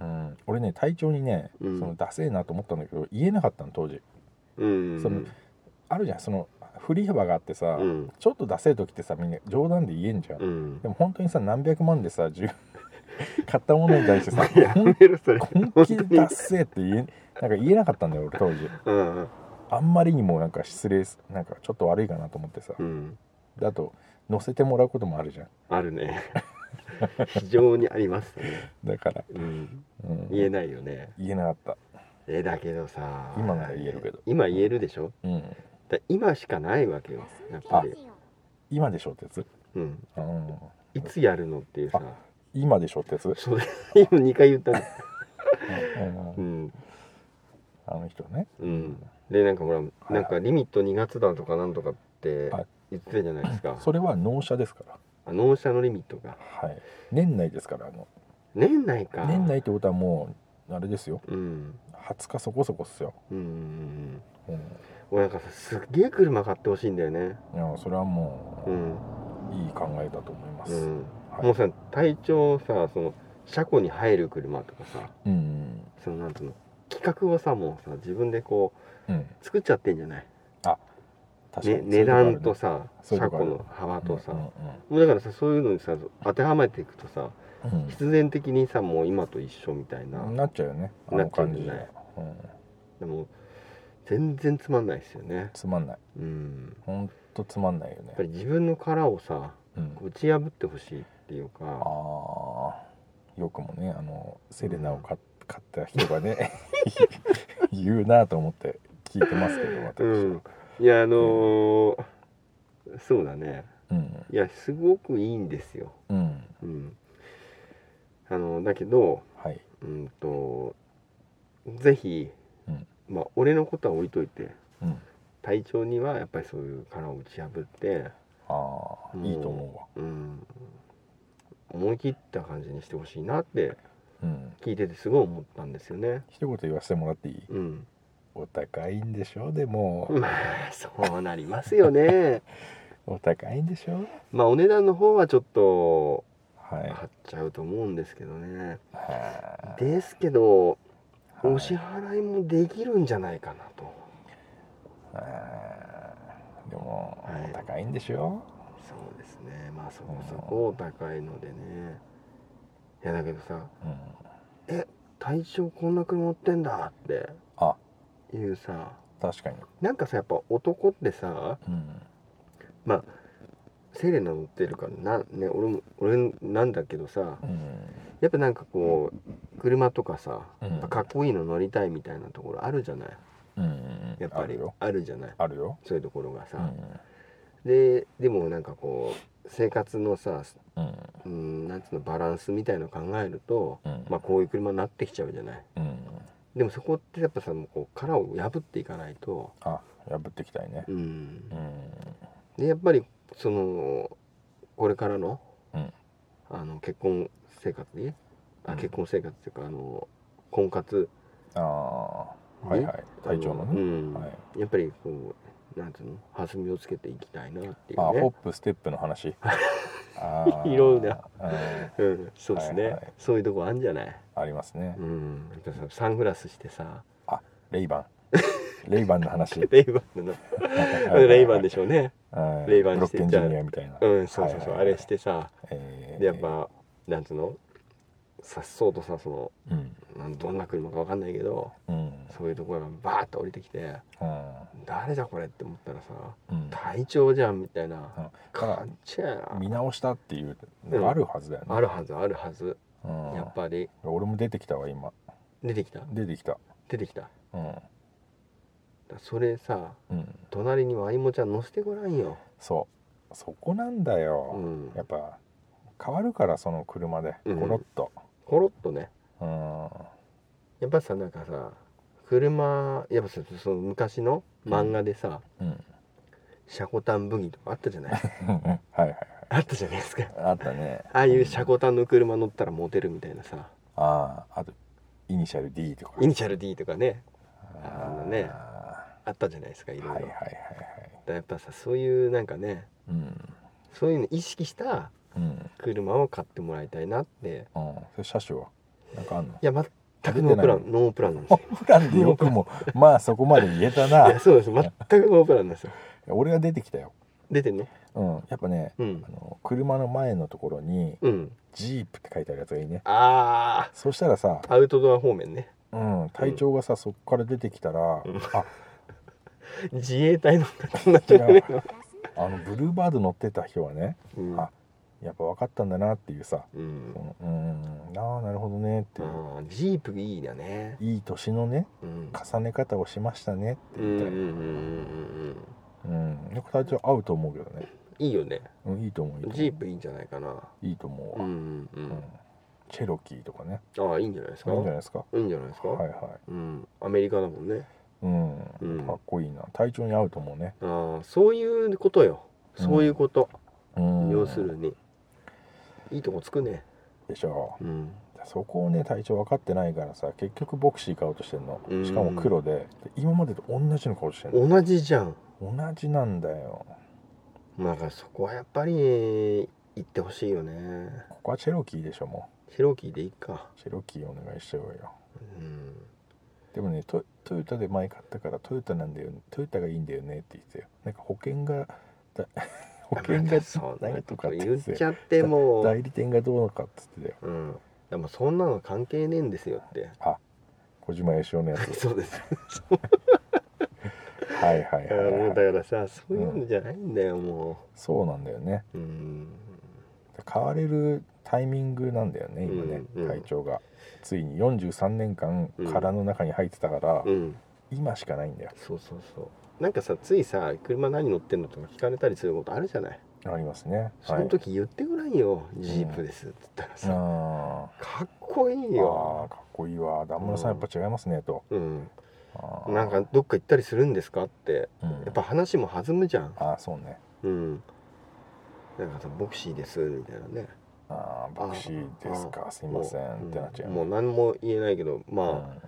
うん俺ね隊長にね、
うん
そのダセえなと思ったんだけど言えなかったの当時
うん
そのあるじゃんその振り幅があってさ、
うん
ちょっとダセえ時ってさみんな冗談で言えんじゃん、
うん
でも本当にさ何百万でさ10買ったものに対してさ
やめろそれ
本気でダッセーって言えなんか言えなかったんだよ俺当時
うん
ああんまりにもなんか失礼すなんかちょっと悪いかなと思ってさ
うん
だと乗せてもらうこともあるじゃん
あ るね非常にありますね、
だから、
うん、
うん、
言えないよね
言えなかった
えだけどさ
今なら言えるけど
今言えるでしょ
うん
だ今しかないわけよやっぱ
あ
り、
今でしょってやつ、
うん、
うん、
いつやるのっていうさ
今でしょってやつ、
それ今2回言ったの
うん
うん
あの人ね
うんでなんかほ
い
らなんかリミット2月だとかなんとかって
はい
言ってたじゃないですか
それは納車ですから
あ納車のリミットが
はい年内ですからあの
年内か
年内ってことはもうあれですよ
うん
20日そこそこっすよ、
うんうんうん
うん、い
俺なんかさすっげえ車買ってほしいんだよね
やそれはも
うん
ういい考えだと思います、
うん
はい
もうさ体調さその車庫に入る車とかさ
うん
そのなんていうの企画をさもうさ自分でこ
うん、
う作っちゃってんじゃない、
確
ね、
かに
値段とさ
そういう
車
とこあ
庫
るね
の幅とさ、
うん
もうだからさそういうのにさ当てはめていくとさ
うんうん
必然的にさもう今と一緒みたいな、
うんなっちゃうよねあ
な
の
っちゃう
感
んじ
じ
ゃ
じ
な
ゃ
い、
うん、
でも全然つまんないですよね
つまんない
うん
ほんとつまんないよね
やっぱ、り自分の殻をさ
うん、
打ち破ってほしいっていうか
ああよくもねあのセレナを買っ買った人が ね言うなと思って聞いてますけど私
う
は、
んいやあのーそうだね
うん
いやすごくいいんですよ
うん
うんあのだけど
はい
うんとぜひ、
うん
まあ俺のことは置いといて
うん
体調にはやっぱりそういう殻を打ち破って、
ああいいと思うわ
うん、思い切った感じにしてほしいなって
うん
聞いててすごい思ったんですよね。
一言言わせてもらっていい
うん、
お高いんでしょでも
まあそうなりますよ ね。
お高いんでしょ
まあお値段の方はちょっと
はい
張っちゃうと思うんですけどね。
は
ですけど
い
お支払いもできるんじゃないかなと。
はいでも、
はい
お高いんでしょ
そうですねまあそこそこお高いのでねいやだけどさ
うん
体調こんな車乗ってんだって
あ
いうさ
確かに
なんかさやっぱ男ってさ
うん
まあセレナ乗ってるからな、ね、俺も俺なんだけどさ
うん
やっぱなんかこう車とかさ
うん
やっぱかっこいいの乗りたいみたいなところあるじゃない
うん
やっぱ
ある
り
よ
あるじゃない
あるよ
そういうところがさ、
うん
ででもなんかこう生活のさ
うん
うんなんつうのバランスみたいの考えると
うん
まあ、こういう車になってきちゃうじゃない
うん
でもそこってやっぱさもうこう殻を破っていかないと、
あ破っていきたいね
うん
うん、
でやっぱりそのこれからの,、
うん
あの結婚生活にあ
うん
結婚生活っていうかあの婚活
ああはいはい体調の
う
ね、
ん
はい、
やっぱりこうなんていうの弾みをつけていきたいなってい
あホ
う
ッ
ね、
プステップの 話あー
いろいろな
うん
うん、そうですね、
はいはい
そういうとこあるんじゃない、
ありますね
うん、やっぱさサングラスしてさ
レイ バンレイバンの話
レイバンの レイバンで
し
しょうね
ょ
レイバン
ブロ
し
ッ
て
ケンジュニアみたいな
うんそうそうそう、
はいはいはい
あれしてさ
えー
でやっぱなんつうのさっそうとさその
うん
なんどんな車かわかんないけど
うん
そういうところがバーッと降りてきて
うん
誰だこれって思ったらさ
うん
隊長じゃんみたい
うん
な感じや
見
な
直したっていうのがあるはずだよね
あるはずあるはず
うん
やっぱり
俺も出てきたわ今
出てきた
出てきた
出てきただか
うん
らそれさ
うん
隣にワイモちゃん乗せてごらんよ
そうそこなんだよ、
うん
やっぱ変わるからその車で
うん
コロッと
ほろっとね
うん、
やっぱさなんかさ車やっぱさその昔の漫画でさ
うん
シャコタンブギとかあったじゃない
はいはい
あったじゃないですか
あったね
ああいう車庫端の車乗ったらモテるみたいなさ
あああとイニシャル D とか
イニシャル D とかね
あ
あのね
は
あったじゃないですかい
い
ろいろ、
はいはいは
だか
い
らやっぱさそういうなんかね
うん
そういうの意識した
うん
車を買ってもらいたいなって
うんそれ車種はなんかあんの
いや全くノープランノープランなんで す
あ
よ
プランでよくもまあそこまで言えた
いや
な
そうです全くノープランなんですよ
俺は出てきたよ
出てんの
うんやっぱね
うん
あの車の前のところに
うん
ジープって書いてあるやつがいいね
あ
そしたらさ
ーアウトドア方面ね
うん、体調がさ、そこから出てきたら、
うん
あ
自衛隊の方になっ
違
ちゃう
う
ね、
わあのブルーバード乗ってた人はね
うん
あやっぱ分かったんだなっていうさ
うん
そ、のうーんああなるほどねっていう
あージープいいだね
いい年のね
うん
重ね方をしましたねって
うん
言っ
うん
たら
うんうんう
う
ん
んでこれは合うと思うけどね
いいよね
うんいいと思ういいと思う
ジープいいんじゃないかない
いと思う
う
わう
んう
ん
ん
チェロキーとかね
うんああいいんじゃないです
い
か
いんじゃないですか
いいんじゃないですか、
はいは
うんアメリカだもんね
いうん
うん
かっこいいな体調に合うと思うね
ああそういうことよそういうこと、
うん
要するにいいとこつくね
でしょ
うん
そこをね体調分かってないからさ結局ボクシー買おうとしてんの
うん
しかも黒でで今までと同じの顔してんの
同じじゃん
同じなんだよ
まあだからそこはやっぱり行ってほしいよね
ここはチェロキーでしょも
ヒロキーでいいか
うチェロキーお願いしちゃおうよ
うん
でもねトトヨタで前買ったからトヨタなんだよトヨタがいいんだよねって言ってたよなんか保険がだ 保険
ま
が
たそん
な
なん
と
と
か
こ
って
言
言
っ
って
ち
たよ
ゃってもう
代理店がどうのかっつってたよ
うんでもそんなの関係ねえんですよって
小島よしおのやつ
そうです
はいはい
だ
は
からも
いうはい
だからさそういうのじゃないんだよも
そうなんだよね
ううん
買われるタイミングなんだよね今ね、
うんうん
体調がついに43年間
うん
殻の中に入ってたから、
うん
今しかないんだよ
そうそうそうなんかさついさ車何乗ってんのとか聞かれたりすることあるじゃない
ありますね
その時言ってごらんよ、ジープですって言ったら
はい、
さ、
あ
かっこいい
ーあー
よ、
かっこいいわ旦村さんやっぱ違いますねと、
うん、
あー
なんかどっか行ったりするんですかって
うん
やっぱ話も弾むじゃん、
ああそうね
うん、なんかさボクシーですみたいなね
ああボクシーですかすいません
もう
ってなっちゃう、
う
うんん
もう何も言えないけどまあ、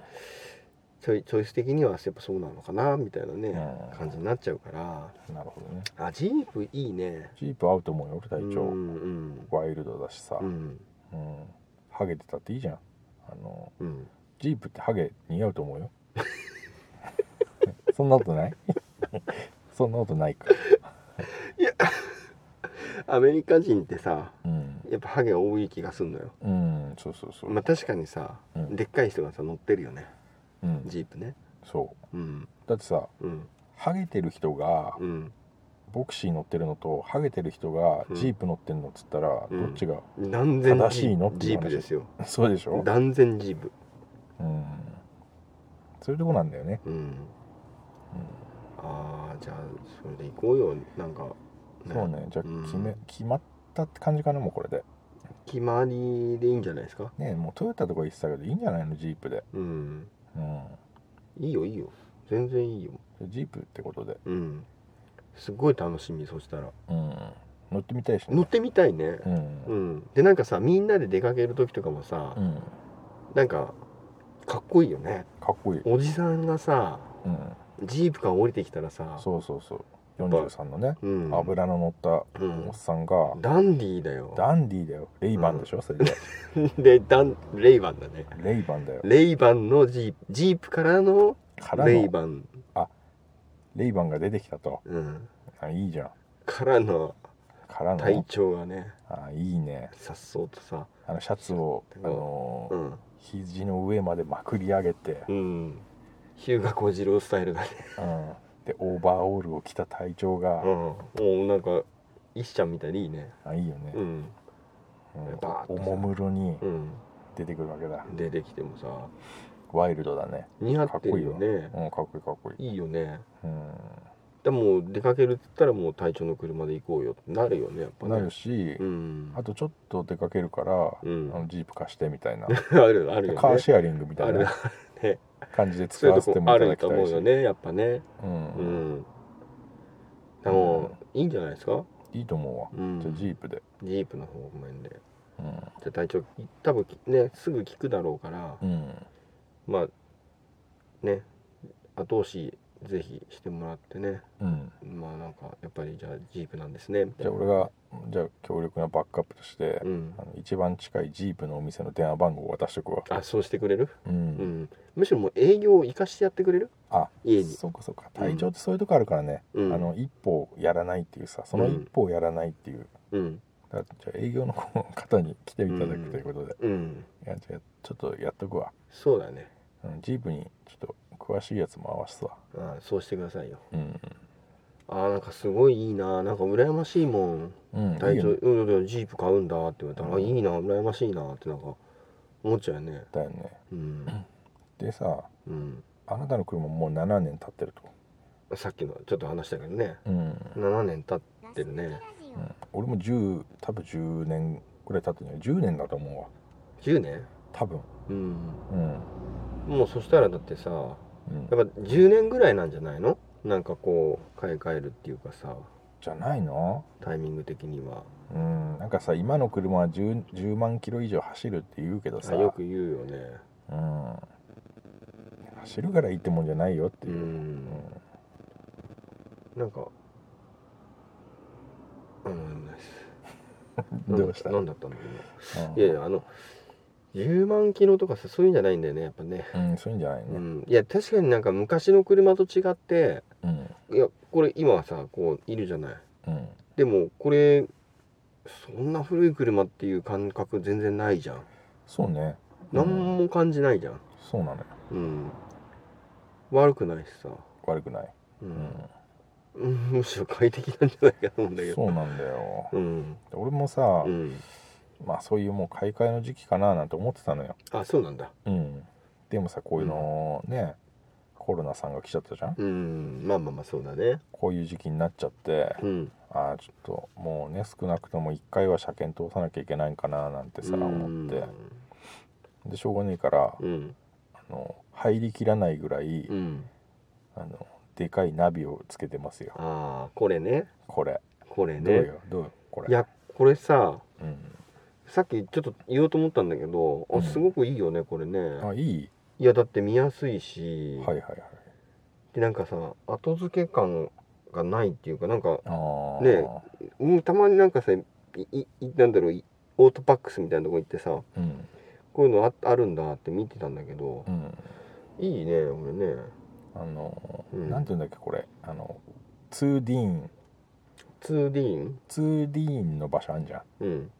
チョイチョイス的にはやっぱそうなのかなみたいなね、
うん
感じになっちゃうから
なるほどね
あジープいいね
ジープ合うと思うよ俺体調、
うんうん
ワイルドだしさ、
う
うん
ん
ハゲてたっていいじゃんあの
うん
ジープってハゲ似合うと思うよ そんなことない そんなことないか
アメリカ人ってさ
うん
やっぱハゲ多い気がすんのよ
うんそうそうそう、
まあ確かにさ、
うん
でっかい人がさ乗ってるよね
うん、
ジープね
そう
うん
だってさ
うん
ハゲてる人が
うん
ボクシー乗ってるのとハゲてる人がジープ乗ってるのっつったら、
うん
どっちが
断然ジー
正しいのってい
ジ
う
ー
話
プですよ
そうでしょ、
断然ジープ
うん、そういうとこなんだよね、
うんああじゃあそれで行こうよなんか、
うん、そうねじゃあ
うん
決め、決まったって感じかなもうこれで
決まりでいいんじゃないですか
ねもうトヨタとか言ってたけどいいんじゃないのジープで、
うん
うん、
いいよいいよ全然いいよ
ジープってことで、
うんすごい楽しみそしたら
うん、乗ってみたいし
乗
ね
ってみたいね
うん
うんでなんかさみんなで出かける時とかもさ、
うん
なんかかっこいいよね
かっこいい、
おじさんがさ
うん、
ジープから降りてきたらさ
そうそうそう43のね
う、ん、
脂の乗った
うん
おっさんが、
ダンディーだよ
ダンディーだよレイバンでしょ、それで
でダンレイバンだね
レイバンだよ
レイバンのジープジープからの
からの
レイバン、
レイバンが出てきたと
うん、
あいいじゃん
からの
から
体
の
調がね
あいいね
さっそうとさ
あのシャツを、あのー
うん、
肘の上までまくり上げて、
うん、ヒューガ小次郎スタイルだね
うん、でオーバーオールを着た隊長が、
うんもうなんか一社みたいでいいね
あいいよね
う、ん
うん
バーッと
おもむろに
うん
出てくるわけだ、
出てきてもさ
ワイルドだね、
似合ってるよね
うん、かっこいいかっこいい、
いいよね
う
でも出かけるって言ったらもう隊長の車で行こうよってなるよねやっぱ
ん、
ね
なるし、
うん
あとちょっと出かけるから、
うん
あのジープ貸してみたいな、
あるあるよね
カーシェアリングみた
あ
い
る
な
ね
感じで使
そうい
わ
う
せ
と
て
こ
も
あ
いた
る
だき
と
た
思
いうし、
よねやっぱね
うん
うんでもいいんじゃないですか
いいと思うわ、
うん
じゃあジープで、
ジープの方ごめんで
う
じゃあ隊長多分ねすぐ聞くだろうから
んうん、
まあね後押しぜひしてもらってね
うん、
まあなんかやっぱりじゃあジープなんですねみた
じ
い
ゃ
な
あ俺がじゃあ強力なバックアップとして、
うん
あの一番近いジープのお店の電話番号を渡しておくわ、
あそうしてくれる、
うん
うん、むしろもう営業を生かしてやってくれる
あ
家に
そうかそうか体調ってそういうとこあるからね、
うん
あの一歩やらないっていうさその一歩をやらないっていう、
うん
だからじゃあ営業の方に来ていただくということで、
うん
いやじゃあちょっとやっとくわ、
そうだね
うん、ジープにちょっと詳しいやつも合わせた
あそうしてくださいよ
うん
あーなんかすごいいいななんか羨ましいもん
うん
隊長
いいん
うんうんジープ買うんだって言われたら、
うん
あいいな羨ましいなってなんか思っちゃうよね
だよね
うん、
でさ
うん、
あなたの車もう7年経ってると
さっきのちょっと話したけどね
うん、
7年経ってる
ラ
ね
ジ
うん俺も10多分10年ぐらい経ってるね10年だと思うわ
10年
多分
うん
うん
もうそしたらだってさや
うん
っぱ10年ぐらいなんじゃないのなんかこう買い替えるっていうかさ
じゃないの
タイミング的には
うんなんかさ今の車は 10, 10万キロ以上走るって言うけど
あ
さ
よく言うよね
うん、走るからいいってもんじゃないよって
う
いう、
んなんかうんないです
うんどうした、うん
何だったんだろういやいやあの10万キロとかさそういうんじゃないんだよねやっぱね、
うん、そういうんじゃないうね
ん、いや確かになんか昔の車と違って
うん
いやこれ今はさこういるじゃない
うん
でもこれそんな古い車っていう感覚全然ないじゃん
そうね
何も感じないじゃん、
そうなのよ
うん、悪くないしさ、
悪くない、
う
うん
んうん、むしろ快適なんじゃないかと思うんだけど
そうなんだよ
うん、
俺もさ、
うん、
まあそういうもう買い替えの時期かななんて思ってたのよ、
あそうなんだ
うん、でもさこういうのね、コロナさんが来ちゃったじゃん
うんまあまあまあそうだね
こういう時期になっちゃって
うん
ああちょっともうね少なくとも1回は車検通さなきゃいけないんかななんてさ思ってでしょうがねえから
うん
あの入りきらないぐらい、
うん
あのでかいナビをつけてますよ
ああこれね
これ
これ
どうよ、
ね
どうよこれ
いやこれさ
うん、
さっきちょっと言おうと思ったんだけど、
うん
あすごくいいよねこれね
あいい
いやだって見やすいし、
はいはいはい
でなんかさ後付け感がないっていうかなんか、
あー
ねうん、たまになんかさいいいなんだろういオートパックスみたいなとこ行ってさ
うん
こういうのああるんだって見てたんだけど
う、ん
いいね俺ね
あの、
うん
なんていうんだっけこれあの 2D
2 d ン
2D の場所あんじゃん
うん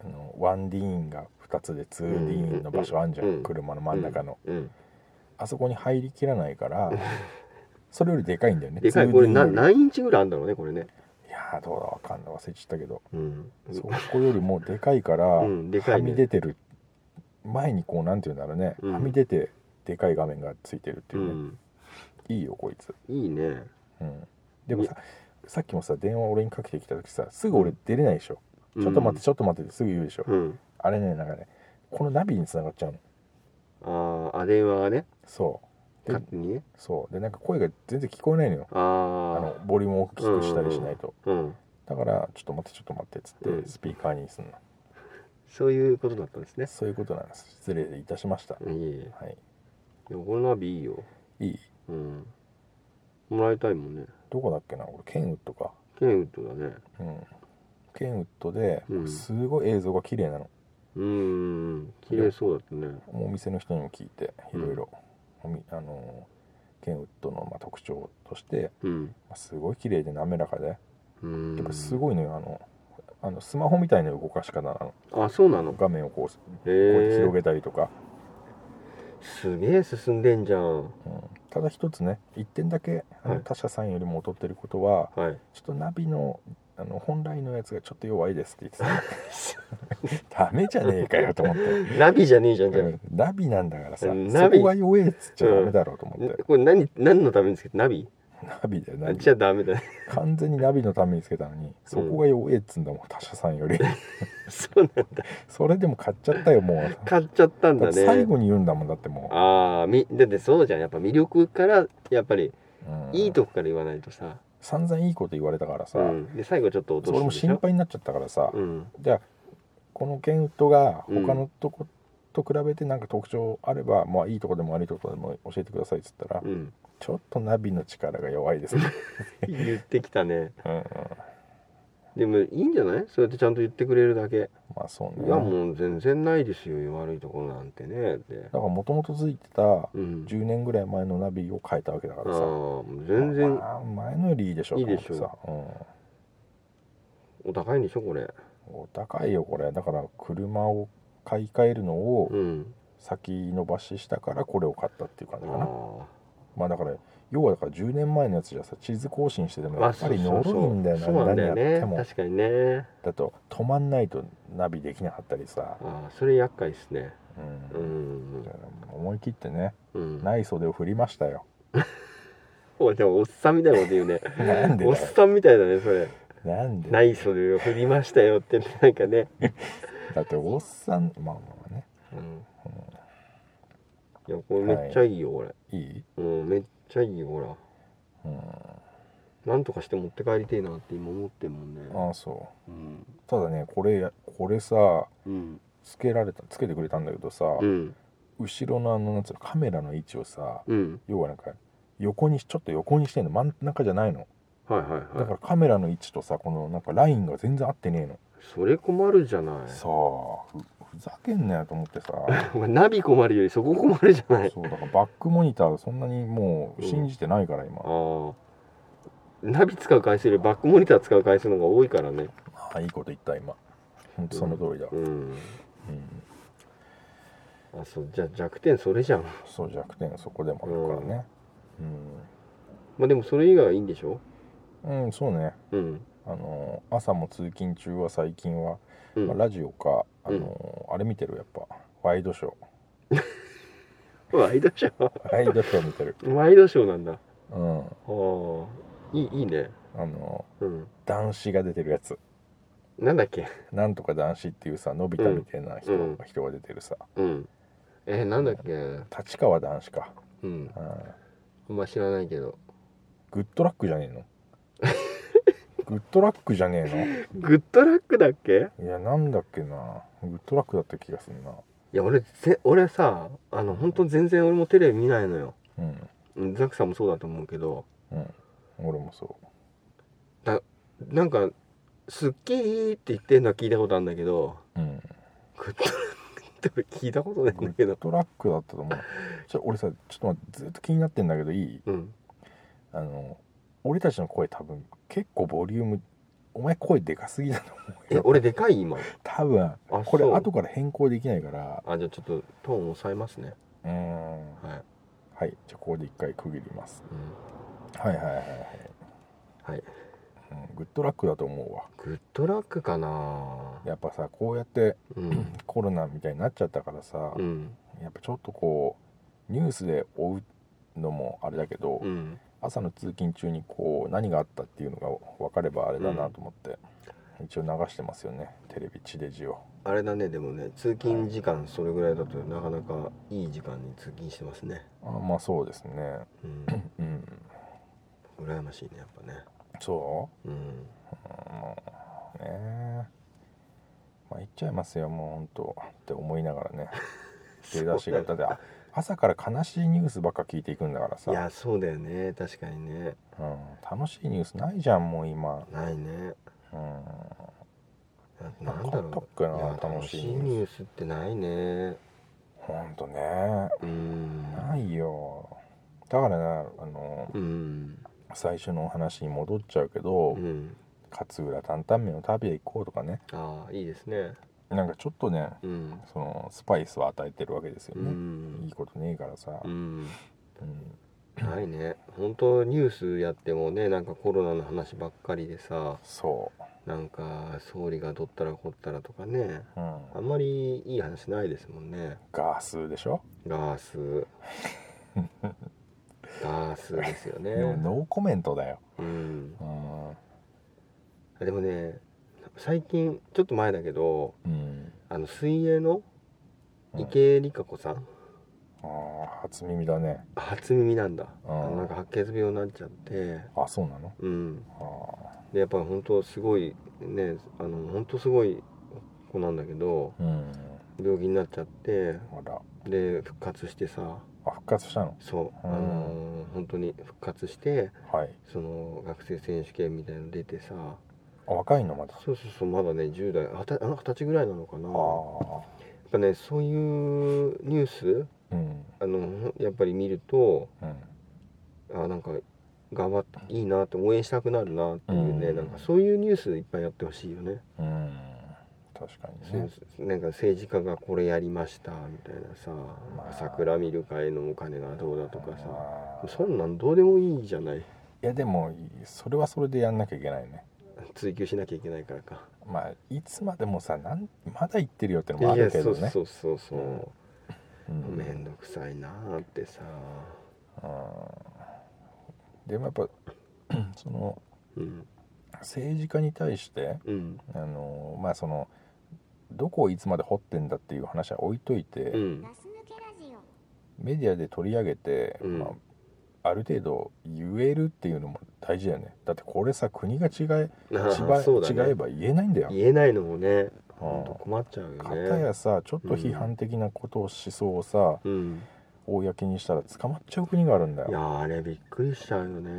あの 1D が2つで 2D の場所あんじゃん、
うん
車の真ん中の、
うん
あそこに入りきらないからそれよりでかいんだよね
でかい
2D
これな
より
何インチぐらいあるんだろうねこれね
いやーどうだわかんない忘れちゃったけど
うん
そこよりもでかいから、
うんでかいね
はみ出てる前にこうなんていうんだろうね、
うん
はみ出てでかい画面がついてるって
う
いうね、
ん
いいよこいつ、
いいね
うん、でもささっきもさ電話俺にかけてきた時さすぐ俺出れないでしょ、
うん
ちょっと待ってちょっと待ってってすぐ言うでしょ、
うん
あれねなんかねこのナビにつながっちゃうの
あーあ電話がね
そうで
勝手にね
そうでなんか声が全然聞こえないのよ
あ
あ
あ
のボリュームを大きくしたりしないと、
うん
だからちょっと待ってちょっと待ってっつっ
う
て
ん
スピーカーにすんの、
そういうことだったんですね
そういうことなんです失礼いたしました、
いえいえ
はい
横ナビいいよ
いい
うんもらいたいもんね
どこだっけな俺ケンウッドか
ケンウッドだね
うんケンウッドで
うん
すごい映像が綺麗なの、
うーん綺麗そうだったね
お店の人にも聞いていろいろおみあのーケンウッドのまあ特徴として
うん
まあすごい綺麗で滑らかで
うーん
やっぱすごいのよあのあのスマホみたいな動かし方なの
あそうなの
画面をこうこ
へ
うやって
え
広げたりとか、
すげえ進んでんじゃん
うん、ただ一つね一点だけあ
は
の
い
他社さんよりも劣ってることは
はい
ちょっとナビのあの本来のやつがちょっと弱いですって言って たダメじゃねえかよと思って。
ナビじゃねえじゃんじゃ
うんナビなんだからさ、
うん
そ
ナビ
こが弱えっつっちゃダメだろうと思って、
これ何何のためにつけてナビ
ナビだよナ
あ
ビ
じゃあダメだね
完全にナビのためにつけたのにそこが弱えっつんだもん他社さんより
そうなんだ
それでも買っちゃったよもう
買っちゃったん
だ
だ
っ
ね
て最後に言うんだもんだっても
ああみだってそうじゃんやっぱ魅力からやっぱり
う、うん
いいとこから言わないとさ、
散々いいこと言われたからさ、
うん、で最後ちょっと落
そ
と
れ
す
も
でし
心
ょ
配になっちゃったからさ、
うん
じゃあこのケンウッドが
うん
他のとこと比べてなんか特徴あれば、まあいいとこでも悪いとこでも教えてくださいっつったら、
うん
ちょっとナビの力が弱いです ね、
言ってきたね
うんうん、
でもいいんじゃないそうやってちゃんと言ってくれるだけ
まあそうね
いやもう全然ないですよ悪いところなんてねって
だからもともとついてた
うん
10年ぐらい前のナビを変えたわけだか
ああ
らさ
ー全然
まあ前のよりいいでしょ
いい
と思っ
で
て
しょ
さう、
お高いんでしょこれ
ん、お高いよこれだから車を買い替えるのを
うん
先延ばししたからこれを買ったっていう感
あ
じかな、
ー
まあだから要はだから10年前のやつじゃさ地図更新してでもやっぱり
そ
の
うそうそう
ろいんだよな
そうなんだよ
何やって
ね
も
確かにね
だと止まんないとナビできなかったりさ、
ああそれ厄介ですね
うん
うん
だから思い切ってね
うん
ない袖を振りましたよ
おでもおっさんみたいなこと言うね
なんで
おっ
だよ
さんみたいだねそれ
なんでだよ
ない袖を振りましたよってなんかね、
だっておっさんまあまあね
うん、いやこれめっちゃいいよこれ、
いい、
うんめっちゃいいよほら
うん、
なんとかして持って帰りてえなって今思ってるもんね
ああそ
うん
うただねこれやこれさ
うん
つけられたつけてくれたんだけどさ、
うん
後ろのあのなんつうのカメラの位置をさ
うん
要はなんか横にしちょっと横にしてんの真ん中じゃないの
はいはい
だか
はい
らカメラの位置とさこのなんかラインが全然合ってねえの
それ困るじゃない
さあふふざけんなよと思ってさ
お前ナビ困るよりそこ困るじゃない
そうだからバックモニターそんなにもう信じてないから今、
ああナビ使う回数よりバックモニター使う回数の方が多いからね
ああいいこと言った今本当その通りだ、
うん
うん
あそうじゃあ弱点それじゃん
そう弱点そこでもあるからね
まあでもそれ以外はいいんでしょ
うん、うん、そうね
うん
あの朝も通勤中は最近は、
うん
まあラジオかあの、あれ見てるやっぱワイドショー
ワイドショー
ワイドショー見てる
ワイドショーなんだあ
うん
あいいいいね
あの
うん
男子が出てるやつ
なんだっけ
なんとか男子っていうさのび太みたいな人,、
うん
人が出てるさ
うんえー、なんだっけ
立川男子か、
うん
うん、
あんま知らないけど
グッドラックじゃ ねえのグッドラックじゃね
グッドラックだっけ
えのいやなんだっけなグッドラックだった気がするない
や俺ぜ俺さあの本当全然俺もテレビ見ないのよ
うん
うんザクさんもそうだと思うけど
うん俺もそう
なんか「スッキリ」って言ってんのは聞いたことあるんだけど
うん、
グッドラックって俺聞いたことないん
グ
だけ
ッ
ど
ドラックだったと思うちょ俺さちょっと待ってずっと気になってんだけどいい
うん
あの俺たちの声多分結構ボリュームお前声でかすぎだと思う
え
よ
俺でかい今
多分
あ
これ
そう
後から変更できないから
あじゃあちょっとトーン抑えますね
うーん
はい、
はいじゃあここで一回区切ります
うん、
はいはいはいはい
はい
うん、グッドラックだと思うわ
グッドラックかな
やっぱさこうやって
うん
コロナみたいになっちゃったからさ、
うん
やっぱちょっとこうニュースで追うのもあれだけど、
うん
朝の通勤中にこう何があったっていうのが分かればあれだなと思って、一応流してますよねテレビ地デジを
あれだねでもね通勤時間それぐらいだとなかなかいい時間に通勤してますね
あまあそうですね
うん
うん
羨ましいねやっぱね
そ
うん
うねえまあ言っちゃいますよもうほんとって思いながらね出だしがだってあ朝から悲しいニュースばっか聞いていくんだから
い
さ
やそうだよね確かにね
うん、楽しいニュースないじゃんもう今、
ないね
うん、
ななんだろう
あったっけない
や
楽
楽
し
し
いニ
い
ュース
ニュースってないね
ほんとね
うん
ないよだからねあの
うん
最初のお話に戻っちゃうけど、
うん
勝浦担々麺を食べ行こうとかね
ああいいですね
なんかちょっとね
うん
そのスパイスを与えてるわけですよ
う
ね、い
ん
いことねえからさ、
うん
うん
ないね本当ニュースやってもねなんかコロナの話ばっかりでさ
そ
なんか総理がどったらこったらとかね
う、うん、
あんまりいい話ないですもんね
ガースでしょ、
ガ ースガースですよね
でもノーコメントだよ、
うん
うん
でもね最近ちょっと前だけど
うん、
あの水泳の
うん
池江璃花子さん、
あー初耳だね
初耳なんだ
あ
あ
ー
のなんか白血病になっちゃって
あそうなの
うん
あ
でやっぱり本当すごいねあの本当すごい子なんだけど
ーうん
病気になっちゃって
ほら
で復活してさ
あ復活したの
そう、
うん
あの本当に復活して
はい
その学生選手権みたいの出てさ
あ若いのまだ
そうそうそうまだね10代あたあの二十歳ぐらいなのかな
あ
や
あ
っぱねそういうニュース
うん
あのやっぱり見ると
うん
あなんか頑張っていいなって応援したくなるなっていうね、
うん
なんかそういうニュースいっぱいやってほしいよね
うん確かに
そう
ね
ですなんか政治家がこれやりましたみたいなさ、
まあ
桜見る会のお金がどうだとかさ
まあ
そんなんどうでもいいじゃない
いやでもそれはそれでやんなきゃいけないね
追求しなきゃいけないからか
まあいつまでもさなんまだ言ってるよっての
い
もあ
やい
る
や
け
そ
ど
う
ね
そうそうそう
うん
めんどくさいなーってさ
うんでもやっぱ その
うん
政治家に対して
うん
あのまあそのどこをいつまで掘ってんだっていう話は置いといて、
うん
ガス抜けラジオ
メディアで取り上げて、
うん
まあ、ある程度言えるっていうのも大事だよねだってこれさ国が違え
あ
違
ーそうだ
え違え
ね
ば言えないんだよ。
言えないのもね
うん
ほんと困っちゃうよね
かたやさちょっと批判的なことを思想をさ、
うん
公にしたら捕まっちゃう国があるんだ
いや
よ。
ーあれびっくりしちゃうよね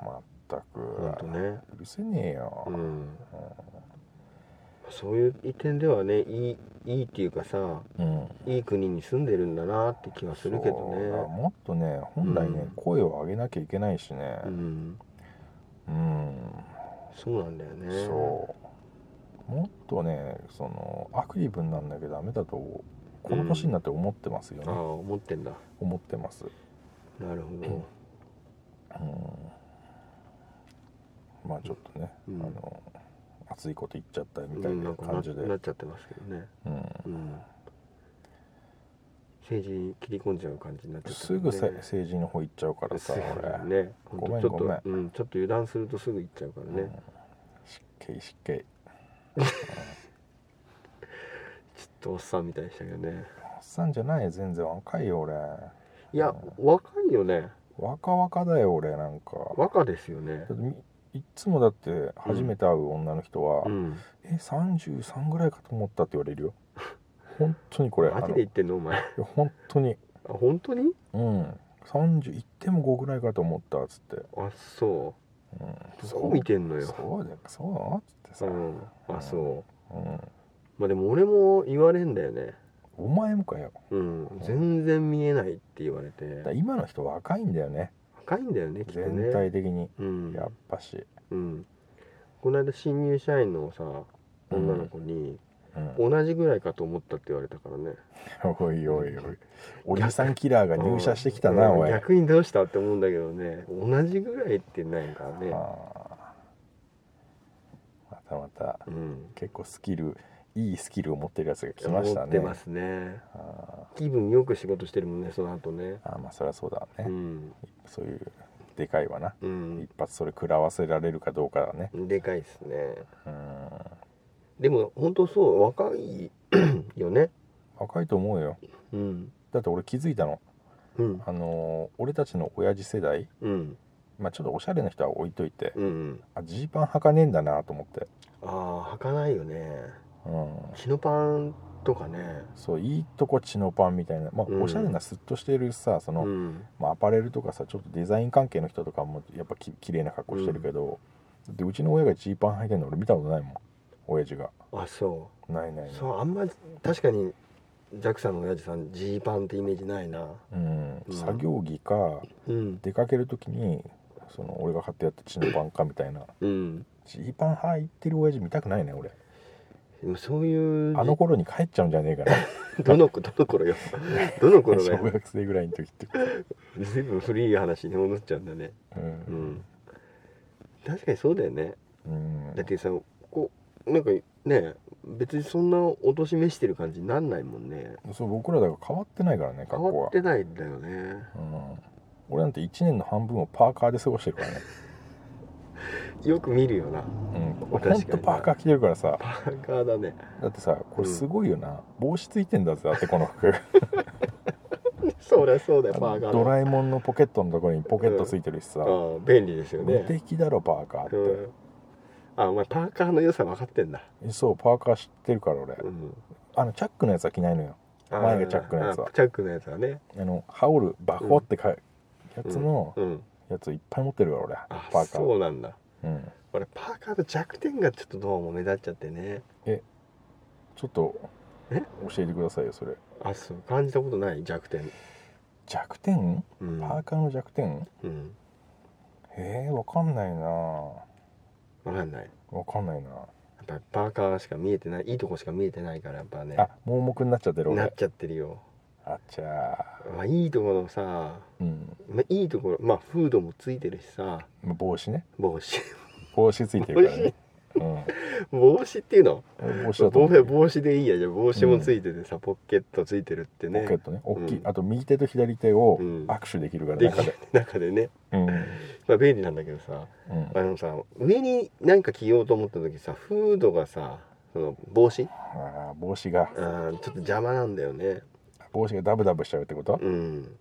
まった
ほんと
く
ね
許せねえよ。
うんそういう点ではねいいいいっていうかさ
うん
いい国に住んでるんだなって気がするけど
そうだから
ね
もっとね本来ね、
うん
声を上げなきゃいけないしね
うん
うん、
そうなんだよね
そうもっとねそのアクティブになんなきゃダメだとこの年になって思ってますよね、
ああ思ってんだ
思ってます、
なるほど
うん、まあちょっとね、
うん
あの熱いこと言っちゃったみた
う
い
ん
な
な
ん
かな
感じで、
なっちゃってますけどね
うん
うん政治に切り込んじゃう感じになっちゃった
す
もんね
ぐさ政治の方行っちゃうからさ
すぐ
俺、
ねほ
ごめ
ん
ん
とちょっ
ごめん
とうんちょっと油断するとすぐ行っちゃうから
うん
ね
失敬失敬
ちょっとおっさんみたいでしたけどね
おっさんじゃない全然若いよ俺
いや若いよね
若々だよ俺なんか
若ですよね
だってみいっつもだって初めて会う女の人は「
うん
え33ぐらいかと思った」って言われるよ本当にこれ
マ
あの
ジで言
い
ってんのお前あ
や本当に
本当に
うん31点も5ぐらいかと思ったっつって、
あそう
うん、
どこ見てんのよ
そうだよそうなのっつってさ、
う
うん
んあそうまあでも俺も言われんだよね
お前もかよ
うん全然見えないって言われ
だから
て
今の人若いんだよね
若いんだよねきっと
全
ね
体的に
うん
やっぱし、
うんこの間新入社員のさ
うん
女の子に
うん、
同じぐらいかと思ったって言われたからね
おいおいおいおじさんキラーが入社してきたな、
うん
おい、
逆にどうしたって思うんだけどね同じぐらいってないからね
あーまたまた
うん
結構スキルいいスキルを持ってるやつが来ました
思っ
ね
てますね
あ
気分よく仕事してるもんねその後ね
ーあーまあそりゃそうだ
う
ね、
ん
そういうでかいわな、
うん
一発それ食らわせられるかどうかだね
でかいですね
うん
でも本当そう若いよね
若いと思うよ
うん
だって俺気づいたの
うん
あのー俺たちの親父世代
うん
まあちょっとおしゃれな人は置いといて
うん
あジーパン履かねえんだなと思って
ああ履かないよね
うん
チノパンとかね
そういいとこチノパンみたいな、まあ、
うん
おしゃれなスッとしてるさその、
うん
まあ、アパレルとかさちょっとデザイン関係の人とかもやっぱき綺麗な格好してるけど、うでうちの親がジーパン履いてるの俺見たことないもん親父が
あそ
ないないうない
そうあんま確かにジャクさんの親父さんジーパンってイメージないな
うん
うん
作業着か
うん
出かける時にその俺が買ってやったチノパンかみたいな
うん
ジーパン履いてる親父見たくないね俺
でもそういう
あの頃に帰っちゃうんじゃねえかな
どのど の頃よどの頃
小
がよ
学生ぐらいの時って、
随分古い話に戻っちゃうんだね
う
うんん確かにそうだよね
うん
だってさこうなんかね別にそんなおとしめしてる感じになんないもんね
そう僕らだから変わってないからね
変
格好
わ
は
ってないんだよね
うん、俺なんて1年の半分をパーカーで過ごしてるからね、
よく見るよな
うん、ほん
確かに
とパーカー着てるからさ
パーカーだね
だってさこれすごいよな、帽子ついてんだぜだってこの 服
そりゃそうだよ
あ
パーカ
の
ー
ド
イ
ラえもんのポケットのところにポケットついてるしさ、
ああ便利ですよね
無敵だろパーカーって、
うんあお前パーカーの良さ分かってんだ、
そうパーカー知ってるから俺
うん、
あのチャックのやつは着ないのよ
あー
前がチャックのやつは
あチャックのやつはね
あの羽織るバコってか、やつの
うん
やついっぱい持ってるから俺
あ
パーカー
そうなんだ
うん、
俺パーカーの弱点がちょっとどうも目立っちゃってね
ちょっと
え
教えてくださいよそれ
あそう感じたことない弱点
弱点
うん
パーカーの弱点、
うん
えー、わかんないな
分かんない
わかんないな
やっぱりパーカーしか見えてないいいとこしか見えてないからやっぱね
あ盲目になっちゃってる
なっ
俺
ちゃってるよ、
あちゃ
まあ、いいところのさ、
ーうん
まあ、いいところまあフードもついてるしさ
帽子ね
帽子
帽子ついてるからね、うん
帽子っていうの
帽子だと思
帽
うけ
子
ど
帽子でいいやじゃあ帽子もついててさ、ポケットついてるって
ポケッ
ね
トね大きい、
うん
あと右手と左手を
うん
握手できるから
で
中で、
中でね、
うん
まあ、便利なんだけどさ
うん
あのさ上に何か着ようと思った時さフードがさその帽子
あー帽子が
あーちょっと邪魔なんだよね
帽子がダブダブしちゃうってこと、
うん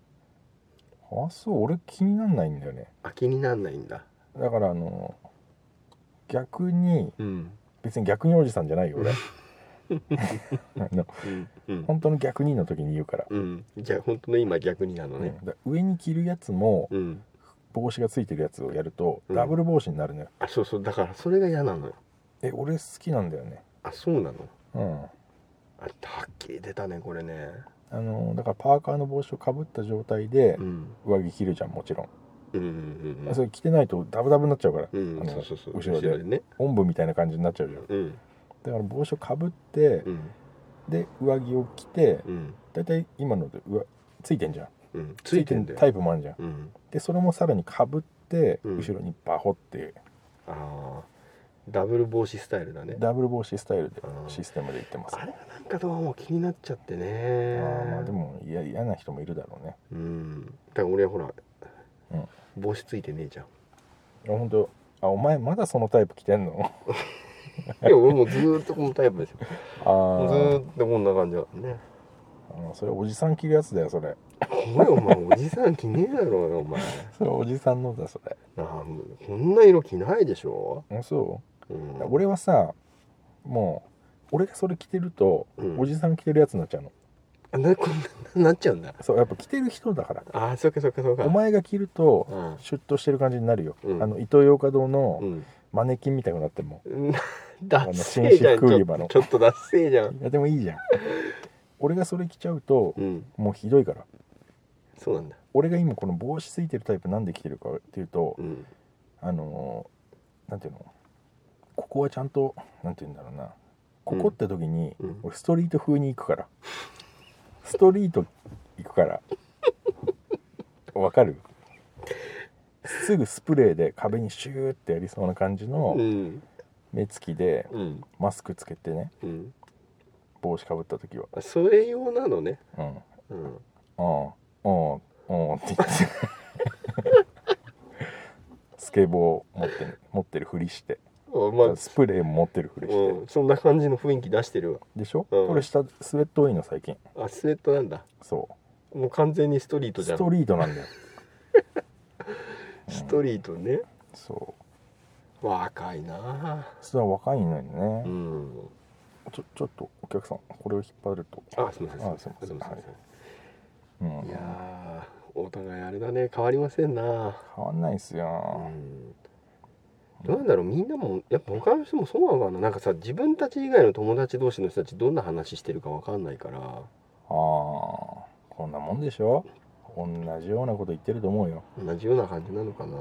あそう俺気になんないんだよね
あ気になんないんだ
だからあの逆に
うん
別に逆におじさんじゃないよ 俺あの
うんうん
本当の逆にの時に言うから,、
うんじゃあ本当の今逆になの
うん
ね
だから上に着るやつも
うん
帽子がついてるやつをやると
うん
ダブル帽子になるのよ、
あそうそうだからそれが嫌なのよ
え俺好きなんだよね
あそうなの
うん
あはっきり出たねこれね
あのだからパーカーの帽子をかぶった状態で
うん
上着着るじゃんもちろん、
うんうんうん
それ着てないとダブダブになっちゃうから
うん
あの
そうそうそう
後ろで
ね
おんぶみたいな感じになっちゃうじゃん
うん
だから帽子をかぶって
うん
で上着を着て
うん
大体今のでうわついてんじゃん
うんついてんだ
る
よ
タイプもあるじゃん
うん
でそれもさらにかぶって
うん
後ろにバホって
ああダブル帽子スタイルだね
ダブル帽子スタイルで
うん
システムでいってます
あれがなんかどうも気になっちゃって
あ
ね
ーまあでもいや嫌な人もいるだろうね
うんだから俺はほら、
うん
帽子ついてねえじゃん
いや本当あお前まだそのタイプ着てん の
いや俺もうずーっとこのタイプですよ
あ
ず
ー
ーっとこんな感じだからね
あそれおじさん着るやつだよそれ
おいお前おじさん着ねえだろうよお前
それおじさんのだそれ
なんこんな色着ないでしょ、、
あそううん俺はさもう俺がそれ着てると、
うん
おじさん着てるやつになっちゃうの
あなこんななっちゃうんだ
そうやっぱ着てる人だから
あーそっかそっかそっか
お前が着ると
うん
シュッとしてる感じになるよ、
うん
あのイトーヨーカドーの
うん
マネキンみたいになってるもん
なダッセーじゃ
紳士
ん
服売り
ち
場
ょ
の
ちょっとダッセーじゃん
いやでもいいじゃん俺がそれ着ちゃうと
うん
もうひどいから
そうなんだ
俺が今この帽子ついてるタイプなんで着てるかっていうと
うん
あのーなんていうのここはちゃんとなんていうんだろうなここって時に、
うん
俺ストリート風に行くからストリート行くからわかるすぐスプレーで壁にシューってやりそうな感じ
う
の
ん
目つきで
うん
マスクつけてね
うん
帽子かぶった時は
あそれ用なのね
うん
うん
うんうんうんって言ってスケボー持ってる持ってるふりして
おまあ
スプレーも持ってるふりして、
うん、そんな感じの雰囲気出してるわ
でしょ、
うん
俺下スウェット多いの最近
あスウェットなんだ
そ
もう完全にストリー
う
トじゃ
ス
ん
トリートなんだよ
ストリートね
そう
若いな
それは若いのにね、
ぁうん
ちょちょっとお客さんこれを引っ張ると
あすみません
あ
す
す
み
い
ま
ませ
せ
ん
んすいま
うん
せんいやーお互いあれだね変わりませんな
変わんないっす
ぁう
よ、
んどうなんだろうみんなもやっぱ他の人もそうなのかななんかさ自分たち以外の友達同士の人たちどんな話してるかわかんないか
あ
ら
あこんなもんでしょ同じようなこと言ってると思うよ
同じような感じなのかな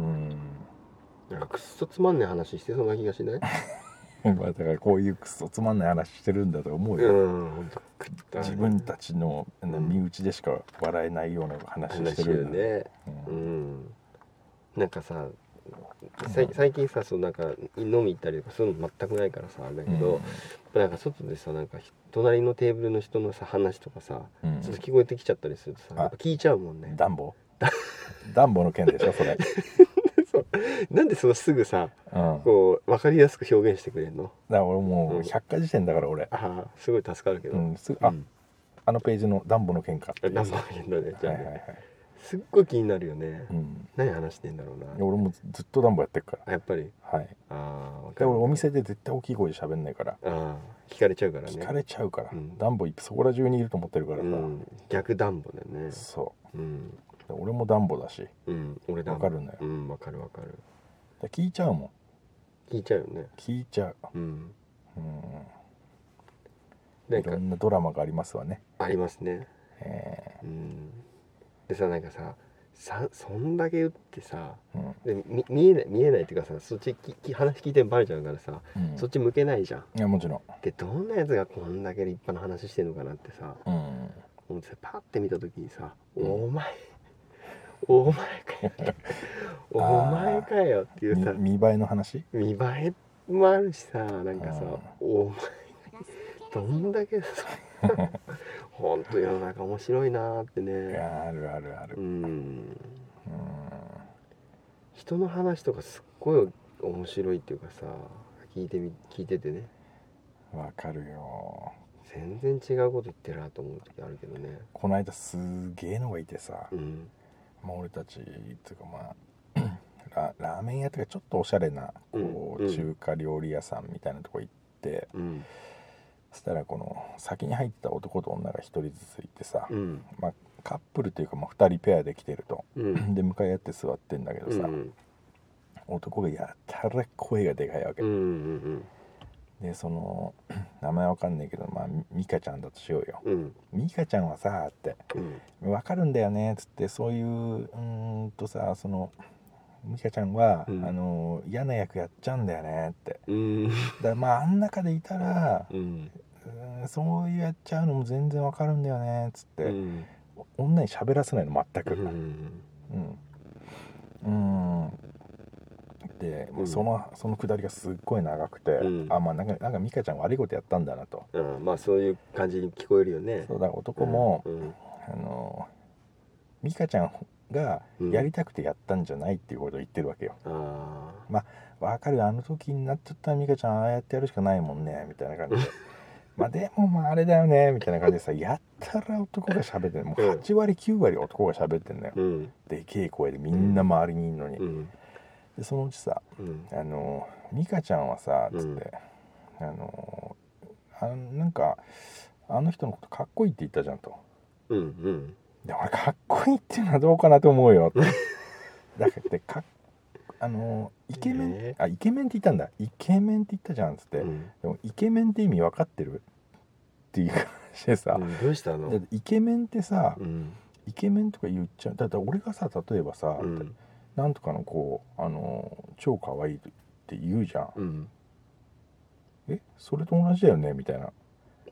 うん
なんかくっそつまんない話してそうな気がしない
まあだからこういうクソつまんない話してるんだと思うよ、
うんほんとくだらない
自分たちのあの
うん
身内でしか笑えないような話し
話
て
だよ
るんだ、
ね
うん
うんなんかささい最近さそのなんか飲み行ったりとかそういうの全くないからさだけど、なんか外でさなんかひ隣のテーブルの人のさ話とかさ
うんうん
ちょっと聞こえてきちゃったりするとさ
あ
やっぱ聞いちゃうもんね
ダンボダンボの件でしょそれ、
なんでそのすぐさ
うん、
こう分かりやすく表現してくれるの
だから俺も
うん
う百科事典だから俺、
ああすごい助かるけど、
うん、すあ、
うん
あのページの「ダンボの喧嘩っていう
何番言うんだねじゃ
は
あ
い
ね、
はいはい、
すっごい気になるよね、
うん、
何話してんだろうな
俺もずっとダンボやってるか
あやっぱり
らはい
ああ分か
で
る
俺お店で絶対大きい声で喋んないから
ああ聞かれちゃうからね
聞かれちゃうから、
うん
ダンボそこら中にいると思ってるから
う
さ、
ん、逆暖房だよね
そ
うん
うで俺もダンボだし
うん、俺だ
わかるのよ
うん、わかるわかる。
で聞いちゃうもん
聞いちゃうよね。
聞いちゃう
うん。
うん
ないんか
ろんなドラマがありますわね
ありますね。
え
うん。でさ、なんかさ、さそんだけ打ってさ
うん
でみ見えない見えないっていうかさそっちきき話聞いてもバレちゃうからさ、
うん
そっち向けないじゃん
いやもちろん、
でどんなやつがこんだけ立派な話してんのかなってさ
うん、
もうさパッて見た時にさ「
ん
お前 お前かよお前かよ」っていうさ
み見栄えの話
見栄えもあるしさなんかさ「お前どんだけ 本当世の中面白いな」って
い
ね
やあるあるある
うん
うん
人の話とかすっごい面白いっていうかさ聞いてみ聞いててね
わかるよ
全然違うこと言ってるなと思う時あるけどね
この間すげえのがいてさ
うん
まあ俺たちっていうかまあ ララーメン屋とかちょっとおしゃれなこ
うん
う
うん
中華料理屋さんみたいなとこ行って
うん
そしたらこの先に入った男と女が一人ずついてさ
うん
まあカップルというかまあ2人ペアで来てると
うん
で向かい合って座ってんだけど
うんう
さ
ん
男がやたら声がでかいわけ
うんうん
でその 名前わかんないけどまあミカちゃんだとしようよ
うん
ミカちゃんはさって
うん
わかるんだよねっつってそういううーんとさそのミカちゃんは、
うん
あの嫌な役やっちゃうんだよねって
うん
だからまああん中でいたら、
うん
うーんそういうやっちゃうのも全然わかるんだよねっつって、
うん
女に喋らせないの全く
うん
うんうーんで、
うん
そのそのくだりがすっごい長くて、
うん
あまあなんかなんかミカちゃん悪いことやったんだなと、
うんまあそういう感じに聞こえるよね
そうだから男も、
うん
あのミカちゃんが
うん
やりたくてやったんじゃないっていうことを言ってるわけよ、
ああ
わかるあの時になっちゃったら美香ちゃんああやってやるしかないもんねみたいな感じで まあでもまああれだよねみたいな感じでさやったら男が喋ってるもう
うん
8割9割男が喋ってんだよ
うん
でけえ声でみんな周りにいるのに
うん
でそのうちさ
うん
「あの美香ちゃんはさ」つって「あのあなんかあの人のことかっこいいって言ったじゃん」と
うんうん
「で俺かっこいいっていうのはどうかなと思うよ」だってかっあのイケメン、
ね
あイケメンって言ったんだイケメンって言ったじゃんっつって、
うん
でもイケメンって意味分かってるっていう話でさ、
うんどうしたの
だってイケメンってさ、
うん
イケメンとか言っちゃうだって俺がさ例えばさ、
うん
なんとかの子あの超可愛いって言うじゃん、
うん
えそれと同じだよねみたいな、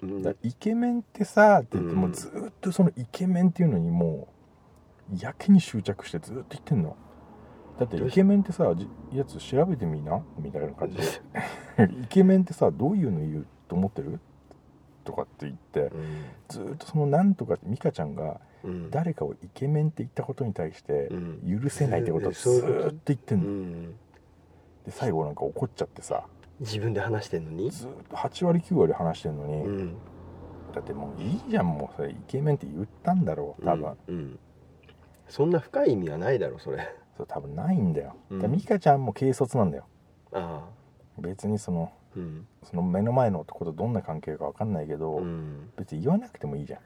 うん
だからイケメンってさって言って、
うん
もうずーっとそのイケメンっていうのにもうやけに執着してずーっと言ってんのだってイケメンってさじやつ調べてみなみたいな感 じでイケメンってさどういうの言うと思ってるとかって言って
うん
ずーっとそのなんとか美香ちゃんが
うん
誰かをイケメンって言ったことに対して
うん
許せないってことをず
そういうこと
ーっと言って
うん
の
ん
で最後なんか怒っちゃってさ
自分で話してんのに
ずーっと8割9割話してんの
う
に
ん
だってもういいじゃんもうそれイケメンって言ったんだろう多分
うんうんそんな深い意味はないだろそれ
そう多分ないんだよ
うん
だから美香ちゃんも軽率なんだよ
ああ
別にその
うん
その目の前の男とどんな関係か分かんないけど
うん
別に言わなくてもいいじゃん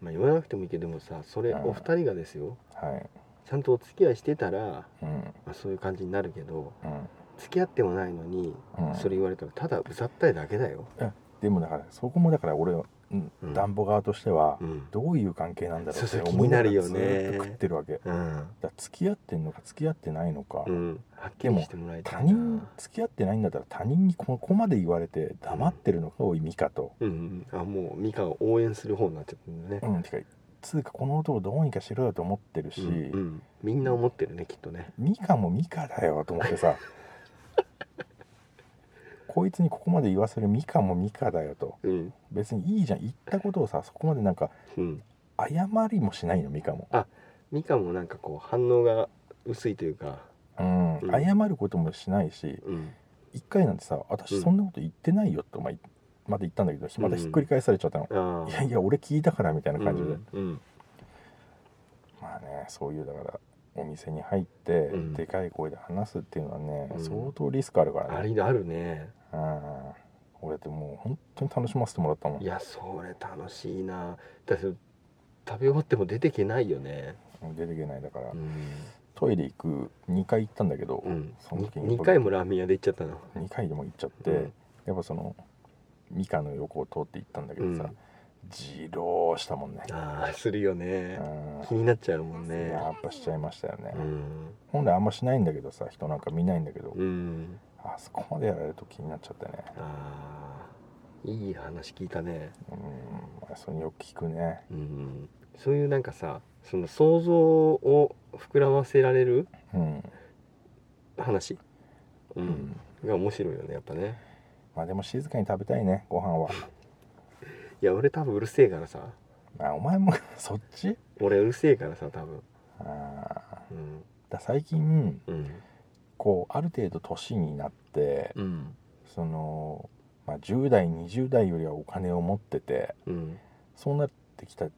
まあ言わなくてもいいけどでもさそれ
うん
お二人がですよ
はい
ちゃんとお付き合いしてたら
うん
まあそういう感じになるけど
う
付き合ってもないのに
んうん
それ言われたらただうざったいだけだよ
でもだからそこもだから俺はうん
うん
暖房側としては
うん
どういう関係なんだろう
そう
って
そう
思いながらず
気になるよね
ーっと食ってるわけだか
うん
ら付き合ってんのか付き合ってないのか
うんはっきりしてもらいた
他
いな
人付き合ってないんだったら他人にここまで言われて黙ってるのが多いミカと
うんうんあもう美香を応援する方になっちゃってるんだね
うんてかつうかこの男どうにかしろよと思ってるし
うんうんみんな思ってるねきっとね
ミカもミカだよと思って さこいつにここまで言わせるミカもミカだよと
うん
別にいいじゃん言ったことをさそこまでなんか
うん
謝りもしないのミカも
美香もなんかこう反応が薄いというか
うん、
うん
謝ることもしないし
うん
一回なんてさ「
う
私
ん
そんなこと言ってないよ」とまあまた言ったんだけどまたひっくり返されちゃったの「
ああ
いやいや俺聞いたから」みたいな感じで、
うん
まあねそういうだからお店に入って、
ん
でかい声で話すっていうのはね、
うん
相当リスクあるか
あ
らね、
りあるね
うん、俺だってもう本当に楽しませてもらったもん
いやそれ楽しいなだって食べ終わっても出てけないよね
出てけないだから、
うん、
トイレ行く2回行ったんだけど、
うん、
その時に
2回もラーメン屋で行っちゃったの
2回でも行っちゃって、
うん
やっぱそのミカの横を通って行ったんだけどさ、
うん
自動したもんね、
ああするよ
う
ね
ん
気になっちゃうもんね
やっぱしちゃいましたよね、
うん
本来あんましないんだけどさ人なんか見ないんだけど、
うん
あそこまでやられると気になっちゃってね
ああいい話聞いたね
うんまあそれよく聞くね
うんそういうなんかさその想像を膨らませられる
うん、
話、う、
うん
が面白いよねやっぱね
まあでも静かに食べたいねご飯は
いや俺多分うるせえからさ
まあお前も そっち
俺うるせえからさ多分
あー
うん
だ最近
うん
こうある程度年になって
うん
その、まあ、10代20代よりはお金を持ってて
うん
そうなってきた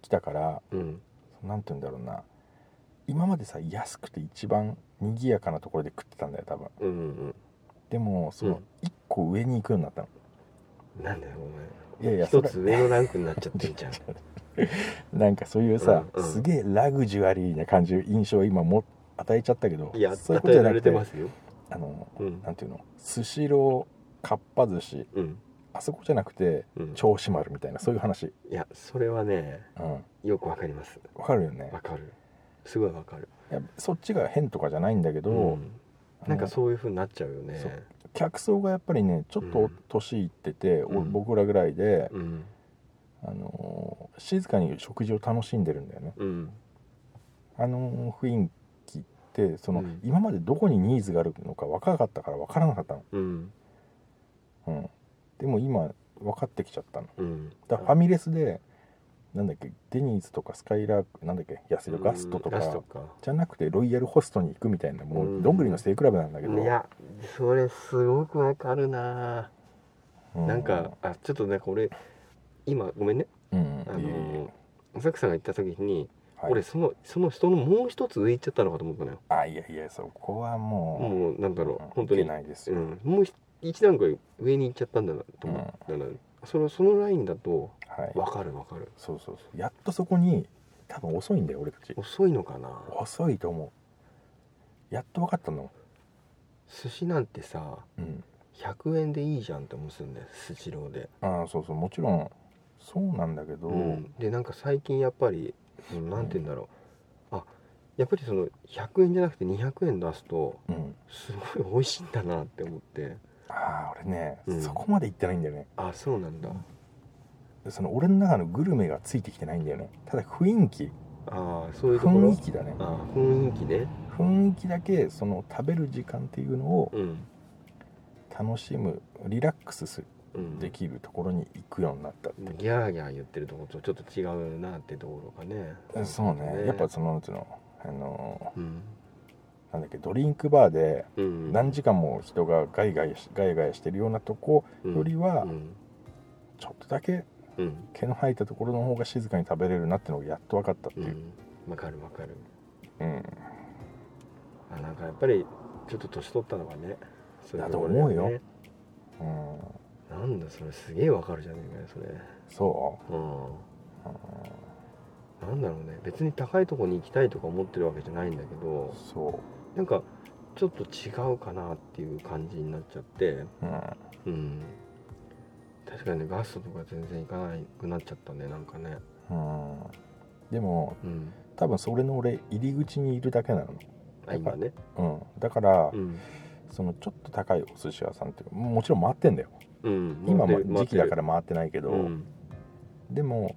きたから
うん
なんて言うんだろうな今までさ安くて一番賑やかなところで食ってたんだよ多分
うんうん
でもそうの
ん
1個上に行くようになったの、
なんだよ
いやい
お前
や
一
それ
つ上のランクになっちゃってんじゃん
なんかそういうさ、
うんうん
すげえラグジュアリーな感じ印象を今も与えちゃったけど
いや
そういう
与
ことじ
え
ゃな
ら
く
れ
て
てますよ
あの
うん
なんていうのスシローかっぱ寿司
うん
あそこじゃなくて
うん
銚子丸みたいなそういう話
いやそれはね
うん
よくわかります
わかるよね
わかるすごいわかる
いやそっちが変とかじゃないんだけど、
うんなんか
あの
そういう風になっちゃうよね
そう客層がやっぱりねちょっ
う
と
ん
年いってて、お
うん
僕らぐらいで、
うん
あのー静かに食事を楽しんでるんだよね
うん
あのー雰囲気ってその、
うん
今までどこにニーズがあるのか若かったから分からなかったの、
うん
うん、でも今分かってきちゃったの
うん
だからファミレスでなんだっけデニーズとかスカイラークなんだっけ安いのガストとか
ガストか
じゃなくてロイヤルホストに行くみたいなも
う
うんどんぐりの背比べなんだけど、
いやそれすごくわかるな、
う
なんかあちょっとなんか俺今ごめんね
うん
あ
いえいえ
のザクさんが言った時に、
はい、
俺そのその人のもう一つ上行っちゃったのかと思ったのよ、
あいやいやそこはも
もうなんだ
う、
ろう、
うん
本当
い
に
けないです
う
よ、
ん、もうひ一段階上に行っちゃったんだなと思ったら、そのそのラインだと
はい
わかるわかる
そうそうそうやっとそこに多分遅いんだよ俺たち
遅いのかな
遅いと思うやっと分かったの
寿司なんてさ
うん
100円でいいじゃんって思ってたんだよスシローで、
ああそうそうもちろんそうなんだけど、
うんでなんか最近やっぱりそのなんて言うんだろう、あやっぱりその100円じゃなくて200円出すと
うん
すごい美味しいんだなって思って
ああ俺ね、
うん
そこまで行ってないんだよね
あそうなんだ
その俺の中のグルメがついてきてないんだよねただ雰囲気
あそういうとこ
雰
ろ
囲気だね
あ雰囲気ね
雰囲気だけその食べる時間っていうのを
うん
楽しむリラックスす
うん
できるところに行くようになったって
ギャーギャー言ってるとことちょっと違うなってところがね
そうねやっぱそのなんていうのあの
うん
ーなんだっけドリンクバーで
うん
何時間も人がガイガイしガヤガヤしてるようなとこよりは
うん
ちょっとだけ
うん
毛の生えたところの方が静かに食べれるなってのがやっと分かったって
う
いうん
わかるわかる
うん
あなんかやっぱりちょっと年取ったのがねそいところ
だと思うよ
だね
うん
なんだそれすげえわかるじゃねえかよそれ
そ
うんなんだろうね別に高いとこに行きたいとか思ってるわけじゃないんだけど
うそ
なんかちょっと違うかなっていう感じになっちゃって
ううん
うん確かにねガストとか全然行かなくなっちゃったねなんかね
うんでも
うん
多分それの俺入り口にいるだけな
あ今ね
の、うん、だから、
うん、
そのちょっと高いお寿司屋さんっていうかもちろん回ってんだよ
うん、
今も時期だからら回ってないけど、
うん、
でも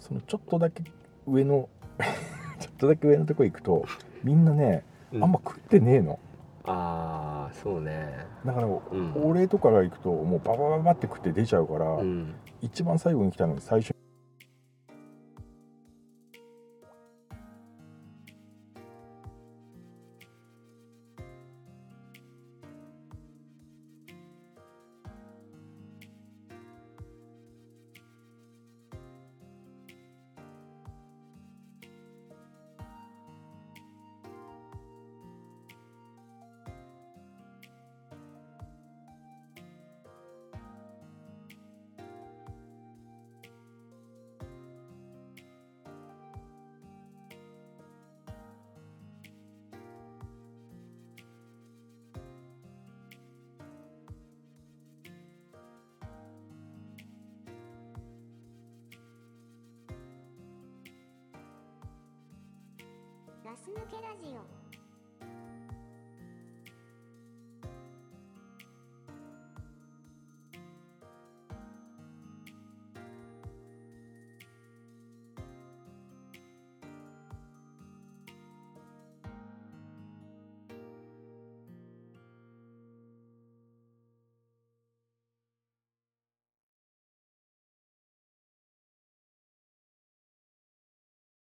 そのちょっとだけ上の ちょっとだけ上のとこ行くとみんなね
あ
あんま食ってねえの
あーそうね
だから
うん
俺とかが行くともうババババって食って出ちゃうから、
うん
一番最後に来たのに最初に
ガス抜けラジオ